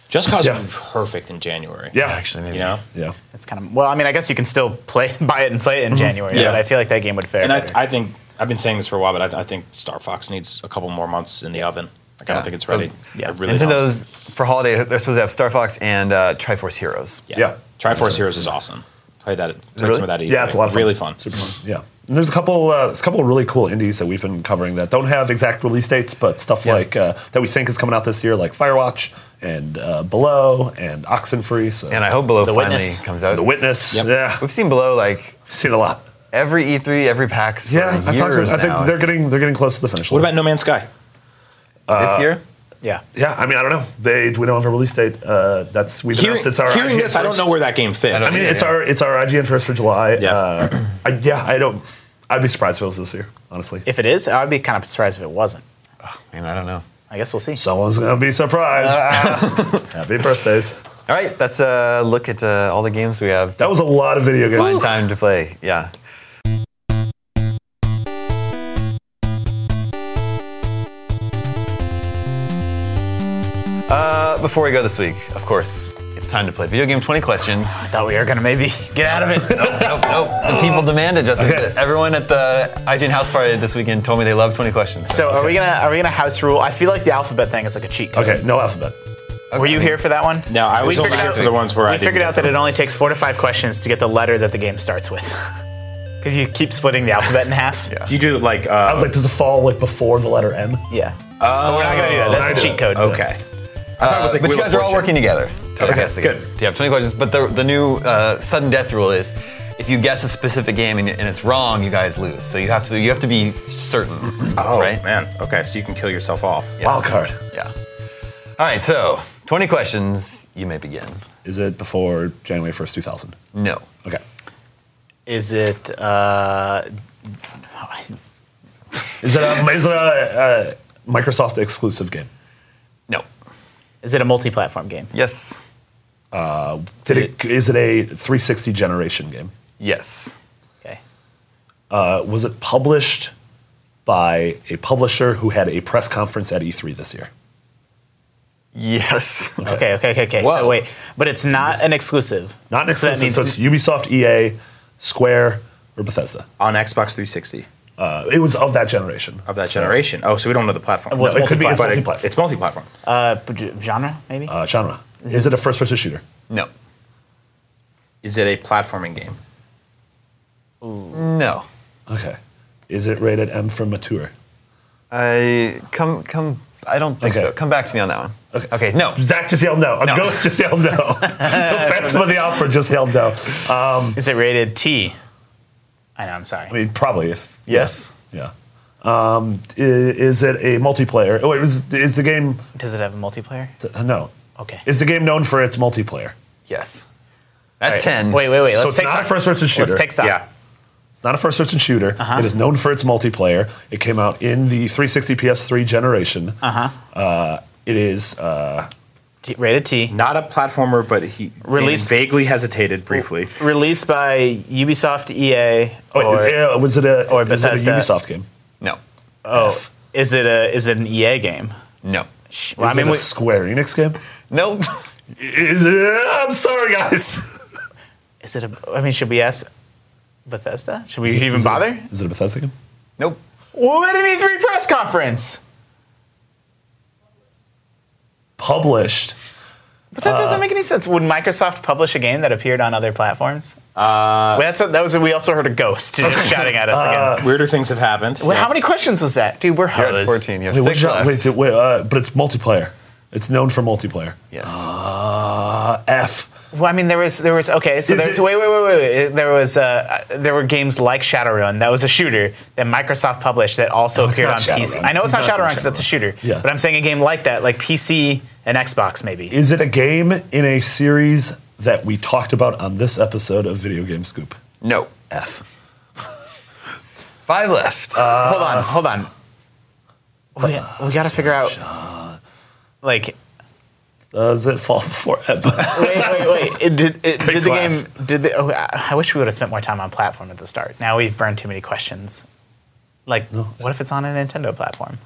S7: Just Cause
S4: Yeah.
S7: would be perfect in January.
S4: Yeah.
S8: Actually, maybe.
S7: You know.
S4: Yeah.
S6: That's kind of well. I mean, I guess you can still play, [laughs] buy it, and play it
S10: Mm-hmm.
S6: in January.
S7: Yeah.
S6: But I feel like that game would fare.
S7: And I,
S6: better.
S7: I think I've been saying this for a while, but I, I think Star Fox needs a couple more months in the oven. Like I
S8: Yeah.
S7: don't think it's
S8: So-
S7: ready.
S6: Yeah.
S7: I really don't.
S8: Nintendo's for holiday. They're supposed to have Star Fox and uh, Triforce Heroes.
S7: Yeah.
S4: Yeah.
S7: Triforce Heroes is awesome. Play that. Play
S8: really?
S10: E
S7: some of that.
S4: Yeah, it's a lot of fun.
S7: really fun.
S4: Super fun. Yeah. And there's a couple, uh, there's a couple of really cool indies that we've been covering that don't have exact release dates, but stuff
S8: Yeah.
S4: like uh, that we think is coming out this year, like Firewatch and uh, Below and Oxenfree. So
S8: And I hope Below
S6: The
S8: finally
S6: Witness.
S8: comes out.
S4: The Witness.
S7: Yep.
S4: Yeah, we've
S8: We've seen Below like
S4: seen a lot.
S8: every E3, every PAX. For
S4: Yeah, I,
S8: years
S4: talked to, I
S8: now.
S4: think they're getting they're getting close to the finish
S7: What
S4: line. Uh,
S7: about No Man's Sky?
S8: this year.
S6: Yeah.
S4: Yeah, I mean, I don't know. They we don't have a release date. Uh, that's we've
S10: Hearing,
S4: announced it's our.
S10: hearing
S4: IGN
S10: this, I don't
S4: first.
S10: know where that game fits.
S4: I mean, it's our it's our IGN first for July.
S10: Yeah.
S4: Uh, I, yeah, I don't. I'd be surprised if it was this year, honestly.
S6: If it is, I'd be kind of surprised if it wasn't.
S8: Man, I don't know.
S6: I guess we'll see.
S4: Someone's gonna be surprised.
S10: Uh.
S4: [laughs] Happy birthdays.
S8: All right, that's a look at uh, all the games we have.
S4: That was a lot of video games.
S8: Find time to play. Yeah. Uh, before we go this week, of course, it's time to play video game
S6: [laughs]
S8: 20 questions.
S6: Thought we were gonna maybe get out of it.
S8: nope, nope. The people demanded, Justin. Everyone at the IGN house party this weekend told me they love 20 questions.
S6: [laughs] So are we gonna are we gonna house rule? I feel like the alphabet thing is like a cheat code.
S4: Okay, no alphabet.
S6: Were you here for that one?
S10: no, I
S6: We
S10: was only
S6: figured
S10: here
S6: out-
S10: for the ones where I
S6: we figured
S10: didn't
S6: out that it only takes four to five questions to get the letter that the game starts with. [laughs] Because you keep splitting the alphabet in half. Yeah.
S10: Do you do like?
S4: I was
S10: Uh,
S4: like, does it fall like before the letter M?
S6: but we're not gonna do that.
S4: I
S6: That's a
S4: do
S6: cheat
S4: it.
S6: code.
S10: Oh, okay.
S8: Uh, but you guys are all working together to guess the game.
S10: good.
S8: You have 20 questions, but the, the new uh, sudden death rule is if you guess a specific game and, and it's wrong, you guys lose. So you have to you have to be certain,
S10: Oh
S8: right?
S10: man. Okay, so you can kill yourself off.
S4: Wild card.
S8: Yeah. All right, so 20 questions. You may begin.
S4: Is it before January first, two thousand?
S8: No.
S4: Okay.
S6: Is it uh,
S4: Is it a is it a, a Microsoft exclusive game?
S8: No.
S6: is it a multi-platform game?
S8: Yes.
S4: Did it, is it a 360 generation game?
S8: Yes.
S6: Okay.
S4: Uh, was it published by a publisher who had a press conference at E3 this year?
S8: Yes. [laughs]
S6: Okay. Okay. Okay. Okay.
S8: Whoa.
S6: So wait, but it's not an exclusive.
S4: Not an
S6: So that
S4: exclusive. So,
S6: means-
S4: it's Ubisoft, EA, Square, or Bethesda.
S10: On Xbox 360
S4: Uh, it was of that generation.
S10: of that generation. Oh, so we don't know the platform.
S6: Well, it's
S4: No, it could be it's
S10: But it-
S4: multi-platform.
S10: it's multi-platform.
S6: Uh, p- genre maybe.
S4: uh, genre. Is it a first-person shooter?
S8: No.
S10: Is it a platforming game?
S8: No.
S4: Okay. Is it rated M for mature?
S8: I come come I don't think
S4: Okay.
S8: so. Come back to me on that one. Okay. Okay. No.
S4: Zach just yelled no. A ghost just yelled no.
S6: [laughs]
S4: the Phantom of the Opera just yelled no. Um,
S6: Is it rated T? I know. I'm sorry.
S4: I mean, probably if
S8: Yes.
S4: yeah. Um, i- is it a multiplayer? Oh, wait, is, is the game
S6: Does it have a multiplayer?
S4: Uh, No.
S6: Okay.
S4: Is the game known for its multiplayer?
S8: Yes. That's
S4: All right.
S8: 10.
S6: Wait. Wait. Wait. Let's
S4: Mm. so it's
S6: take
S4: not
S6: stock.
S4: a first-person shooter.
S6: Let's take stock.
S10: Yeah.
S4: It's not a first-person shooter.
S6: Uh-huh.
S4: It is known for its multiplayer. It came out in the 360 PS3 generation.
S6: Uh.
S4: Uh-huh. It is. Uh,
S6: T- rated T.
S10: Not a platformer, but he
S6: Released-
S10: Danny vaguely hesitated briefly.
S6: Released by Ubisoft, EA,
S4: wait,
S6: or
S4: uh, was it a?
S6: or
S4: is it a
S6: Bethesda.
S4: Ubisoft game?
S8: No.
S6: oh, is it a is it an EA game?
S8: No.
S6: Sh- Well, I
S4: is
S6: mean,
S4: it a
S6: we,
S4: Square Enix game?
S8: Nope. [laughs]
S4: Is it- I'm sorry, guys.
S6: is it a? I mean, should we ask Bethesda? Should we even bother?
S4: Is it a Bethesda game?
S8: Nope.
S6: What an E3 press conference.
S4: Published.
S6: But that
S4: Uh,
S6: doesn't make any sense. Would Microsoft publish a game that appeared on other platforms? Uh, That's a, that was we also heard a ghost just shouting at us
S4: Uh,
S6: again.
S10: Weirder things have happened.
S6: Well, How many questions was that, dude? We're
S8: You're at
S6: hosed.
S8: 14. You have
S4: Wait, what's
S8: six
S4: that?
S8: left.
S4: wait, wait, uh, but it's multiplayer. It's known for multiplayer.
S8: Yes.
S4: Uh, F.
S6: Well, I mean, there was there was okay. So
S4: Is
S6: there's
S4: it-
S6: wait, wait, wait, wait, wait. There was uh, uh, there were games like Shadowrun that was a shooter that Microsoft published that also
S4: No, it's
S6: appeared on
S4: not
S6: PC.
S4: Shadowrun.
S6: I know it's,
S4: It's
S6: not
S4: not
S6: Shadowrun because that's a shooter.
S4: Yeah.
S6: But I'm saying a game like that, like PC and Xbox, maybe.
S4: Is it a game in a series that we talked about on this episode of Video Game Scoop?
S8: no.
S4: F.
S8: Five left.
S4: Uh,
S6: hold on, hold on. We, we got to figure out. Like,
S4: Does it fall before M?
S6: wait, wait, wait. It, did it, did the
S4: class.
S6: game? Did the? Oh, I I wish we would have spent more time on platform at the start. Now we've burned too many questions. Like, what if it's on a Nintendo platform?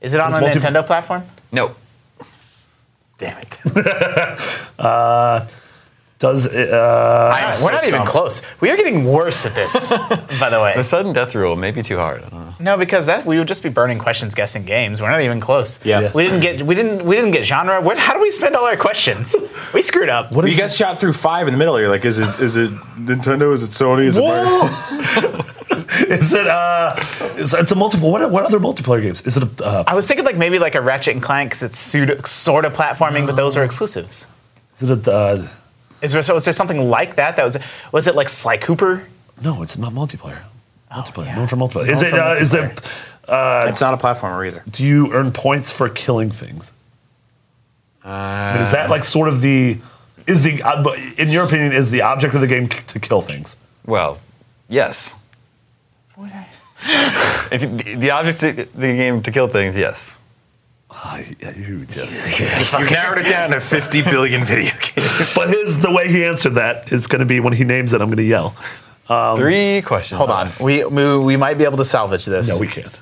S6: Is it on
S4: It's
S6: a
S4: multi-
S6: Nintendo platform?
S8: no.
S6: Damn
S4: [laughs]
S6: it!
S4: [laughs] Uh, Does it, uh,
S6: I- we're not even close. We are getting worse
S4: [laughs]
S6: at this. by the way,
S8: The sudden death rule may be too hard. I don't know.
S6: no, because that we would just be burning questions, guessing games. We're not even close.
S10: Yeah. Yeah.
S6: we didn't get we didn't we didn't get genre. What? How do we spend all our
S4: [laughs]
S6: questions? we screwed up.
S4: what
S10: You guys shot through five in the middle. You're like, is it is it Nintendo? Is it Sony? Is it? Mario?
S6: Whoa!
S4: is it? Uh, is, it's a multiple. What, what other multiplayer games? Is it a? Uh,
S6: I was thinking like maybe like a Ratchet and Clank because it's pseudo, sort of platforming, but those are exclusives.
S4: is it a? Uh,
S6: Is there, so is there something like that? That was was it like Sly Cooper?
S4: no, it's not multiplayer. Multiplayer.
S6: Oh, yeah.
S4: Known for multiplayer. Is
S6: Known
S4: it?
S6: for
S4: Uh, is
S6: multiplayer.
S4: it?
S10: uh,
S5: it's not a platformer either.
S4: Do you earn points for killing things? I mean, is that like sort of the is the uh, but in your opinion is the object of the game t- to kill things?
S8: Well, yes. [laughs] if you- the, the object of the game to kill things, yes.
S4: you just.
S7: You narrowed it down to 50 billion
S8: [laughs]
S7: video games.
S4: [laughs] but his the way he answered that is going to be when he names it, I'm going to yell.
S8: Three questions.
S6: Hold on, we, we we might be able to salvage this.
S4: No, we can't.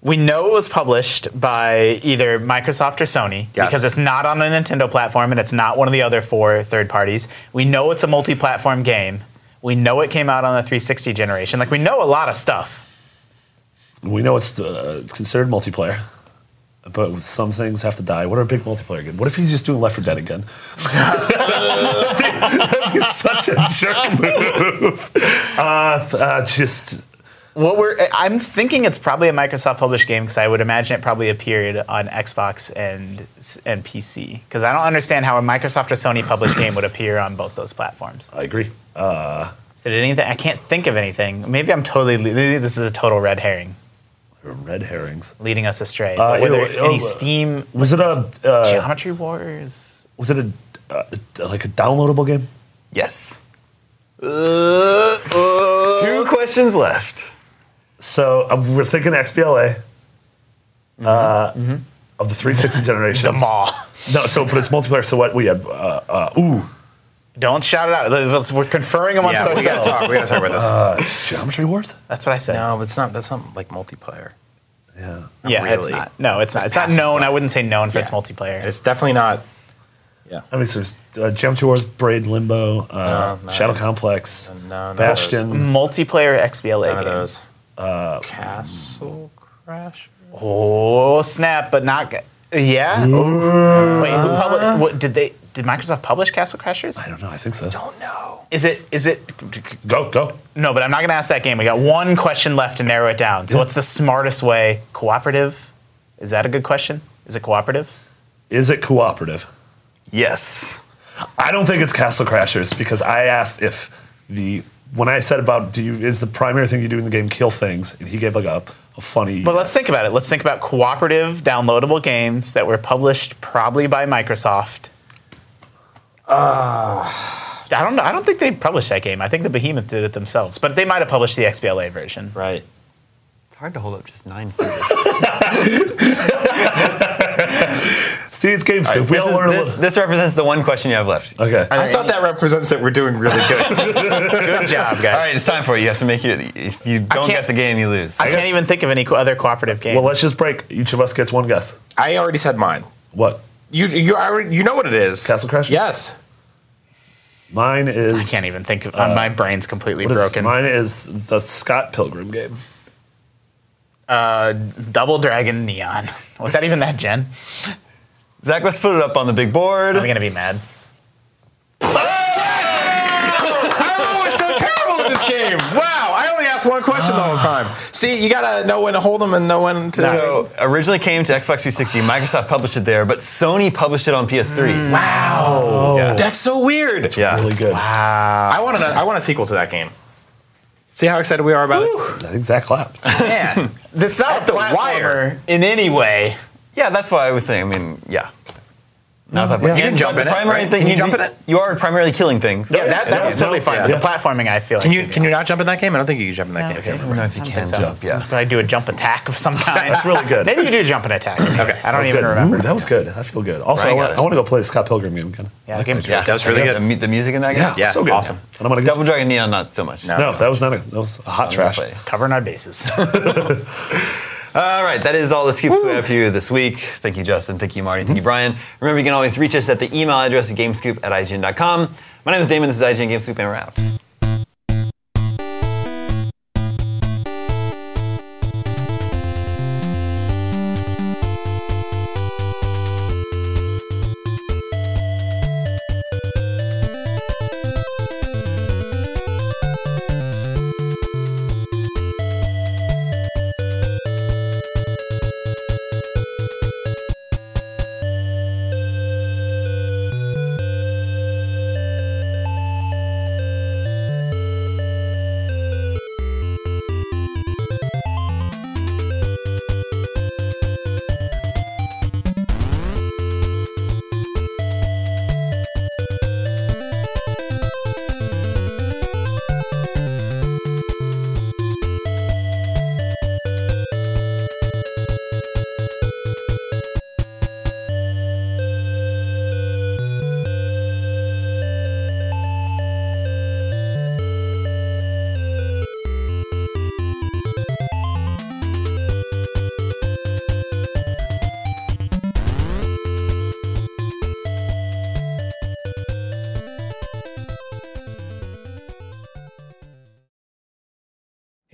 S6: We know it was published by either Microsoft or Sony
S7: Yes.
S6: because it's not on a Nintendo platform and it's not one of the other four third parties. We know it's a multi platform game. We know it came out on the 360 generation. Like, we know a lot of stuff.
S4: We know it's, uh, it's considered multiplayer, but some things have to die. What are big multiplayer again? What if he's just doing Left 4 Dead again? [laughs] That'd be such a jerk move. Uh, uh, just
S6: What we're, I- I'm thinking it's probably a Microsoft published game because I would imagine it probably appeared on Xbox and, and PC. Because I don't understand how a Microsoft or Sony published game would appear on both those platforms.
S4: I agree.
S6: So, did anything, I can't think of anything. Maybe I'm totally, maybe this is a total red herring.
S4: Red herrings.
S6: leading us astray. But
S4: Uh,
S6: were there
S4: ew,
S6: any
S4: ew.
S6: Steam
S4: Was it a uh,
S6: Geometry Wars?
S4: was it a uh, like a downloadable game?
S8: Yes. Uh, Two questions left.
S4: So uh, we're thinking XBLA. Uh,
S10: Mm-hmm.
S4: Of the 360 generation.
S6: The Maw.
S4: No, so but it's multiplayer. So what we had? Uh, uh, ooh,
S6: Don't shout it out. Let's- We're conferring amongst
S7: Yeah, we gotta
S6: ourselves.
S7: talk. We gotta talk about this.
S10: Uh,
S6: [laughs]
S4: Uh, Geometry Wars.
S6: That's what I said.
S10: No, but it's not. That's not like multiplayer.
S4: Yeah.
S6: yeah, it's
S10: really.
S6: not. No, it's not. It's not
S10: Passive
S6: known. I wouldn't say known for its
S10: Yeah.
S6: multiplayer.
S10: It's definitely not.
S4: I mean, so there's uh, Geometry Wars, Braid, Limbo, uh,
S10: No, no.
S4: Shadow Complex,
S10: No, Mm. none of
S4: Bastion.
S6: multiplayer XBLA
S10: None of
S6: game.
S10: those. Uh, Castle Crash.
S6: Oh snap! But not. g- Yeah. Wait, who published? What did they? Did Microsoft publish Castle
S4: I
S6: Crashers?
S4: don't know. I think so.
S10: Don't know.
S6: Is it? Is it?
S4: Go go.
S6: No, but I'm not going to ask that game. We got one question left to narrow it down. So, what's the smartest way? Cooperative? Is that a good question? Is it cooperative?
S4: Is it cooperative?
S8: Yes.
S4: I don't think it's Castle Crashers because I asked if the when I said about do you is the primary thing you do in the game kill things and he gave like a, a funny.
S6: But let's think about it. Let's think about cooperative downloadable games that were published probably by Microsoft.
S4: Ah.
S6: I don't know. I don't think they published that game. I think the Behemoth did it themselves, but they might have published the XBLA version.
S10: Right.
S8: It's hard to hold up just nine fingers.
S4: see it's game scoop. we
S8: this,
S4: all
S8: is-
S4: learn a
S8: this-
S4: little-
S8: this represents the one question you have left.
S4: Okay.
S5: I thought that represents that we're doing really good.
S6: Good job, guys.
S8: All right, it's time for it. You have to make your. If you don't
S6: can't-
S8: guess a game, you lose.
S6: I can't even think of any co- other cooperative games.
S4: Well, let's just break. Each of us gets one guess.
S5: [laughs] I already said mine.
S4: What?
S5: You you already you know what it is.
S4: Castle Crashers?
S5: Yes.
S4: Mine is.
S6: I can't even think of. uh, my brain's completely
S4: what is-
S6: broken.
S4: Mine is the Scott Pilgrim game.
S6: Double Dragon Neon. Was that even that Jen?
S8: Zach, let's put it up on the big board.
S6: I'm gonna be mad.
S5: Oh, it's so terrible at this game. Wow, I only ask one question the whole time. [gasps] See, you gotta know when to hold them and know when to.
S8: So originally came to Xbox 360. Microsoft published it there, but Sony published it on
S5: Mm.
S8: PS3.
S5: Wow,
S8: Yeah.
S5: that's so weird.
S8: Yeah.
S4: Really good.
S5: I want to. I want a sequel to that game. See how excited we are about it.
S4: I think Zach clapped.
S6: Man, that's not a
S5: the wire.
S6: platformer in any way.
S8: Yeah, that's why I was saying. I mean, yeah. Not that
S4: You
S5: can jump
S8: the
S5: in it,
S8: primary
S5: right?
S8: Thing,
S5: Can you jump in it?
S8: You are primarily killing things.
S6: Yeah, that, that was totally fine. But
S4: yeah.
S6: the platforming, I feel.
S5: Can
S6: like
S5: you
S6: we
S5: can
S6: did.
S5: you not jump in that game? I don't think you can jump in that
S8: I
S5: game.
S8: don't know if you can jump. Yeah.
S6: Probably do a jump attack of some kind.
S4: That's really good.
S6: Maybe you do jump and attack. okay, I don't
S4: That's
S6: even
S4: good.
S6: remember.
S4: Ooh, that was good. I feel good. Also,
S8: Right,
S4: I,
S8: got
S4: want,
S8: it.
S4: I want to go play the Scott Pilgrim game again.
S6: Yeah, the game's
S8: Yeah,
S6: good.
S8: that was
S5: really good.
S8: The, mu- the music in that game.
S4: Yeah, so good.
S5: awesome.
S4: And I'm gonna
S8: Double Dragon Neon, not so much.
S4: No, that was not a, that was a hot trash.
S8: Play.
S6: Covering our bases.
S8: [laughs] All right, that is all the scoops we have for you this week. Thank you, Justin. Thank you, Marty. Thank you, Brian. Remember, you can always reach us at the email address gamescoop at IGN.com. My name is Damon. This is IGN Gamescoop, and we're out.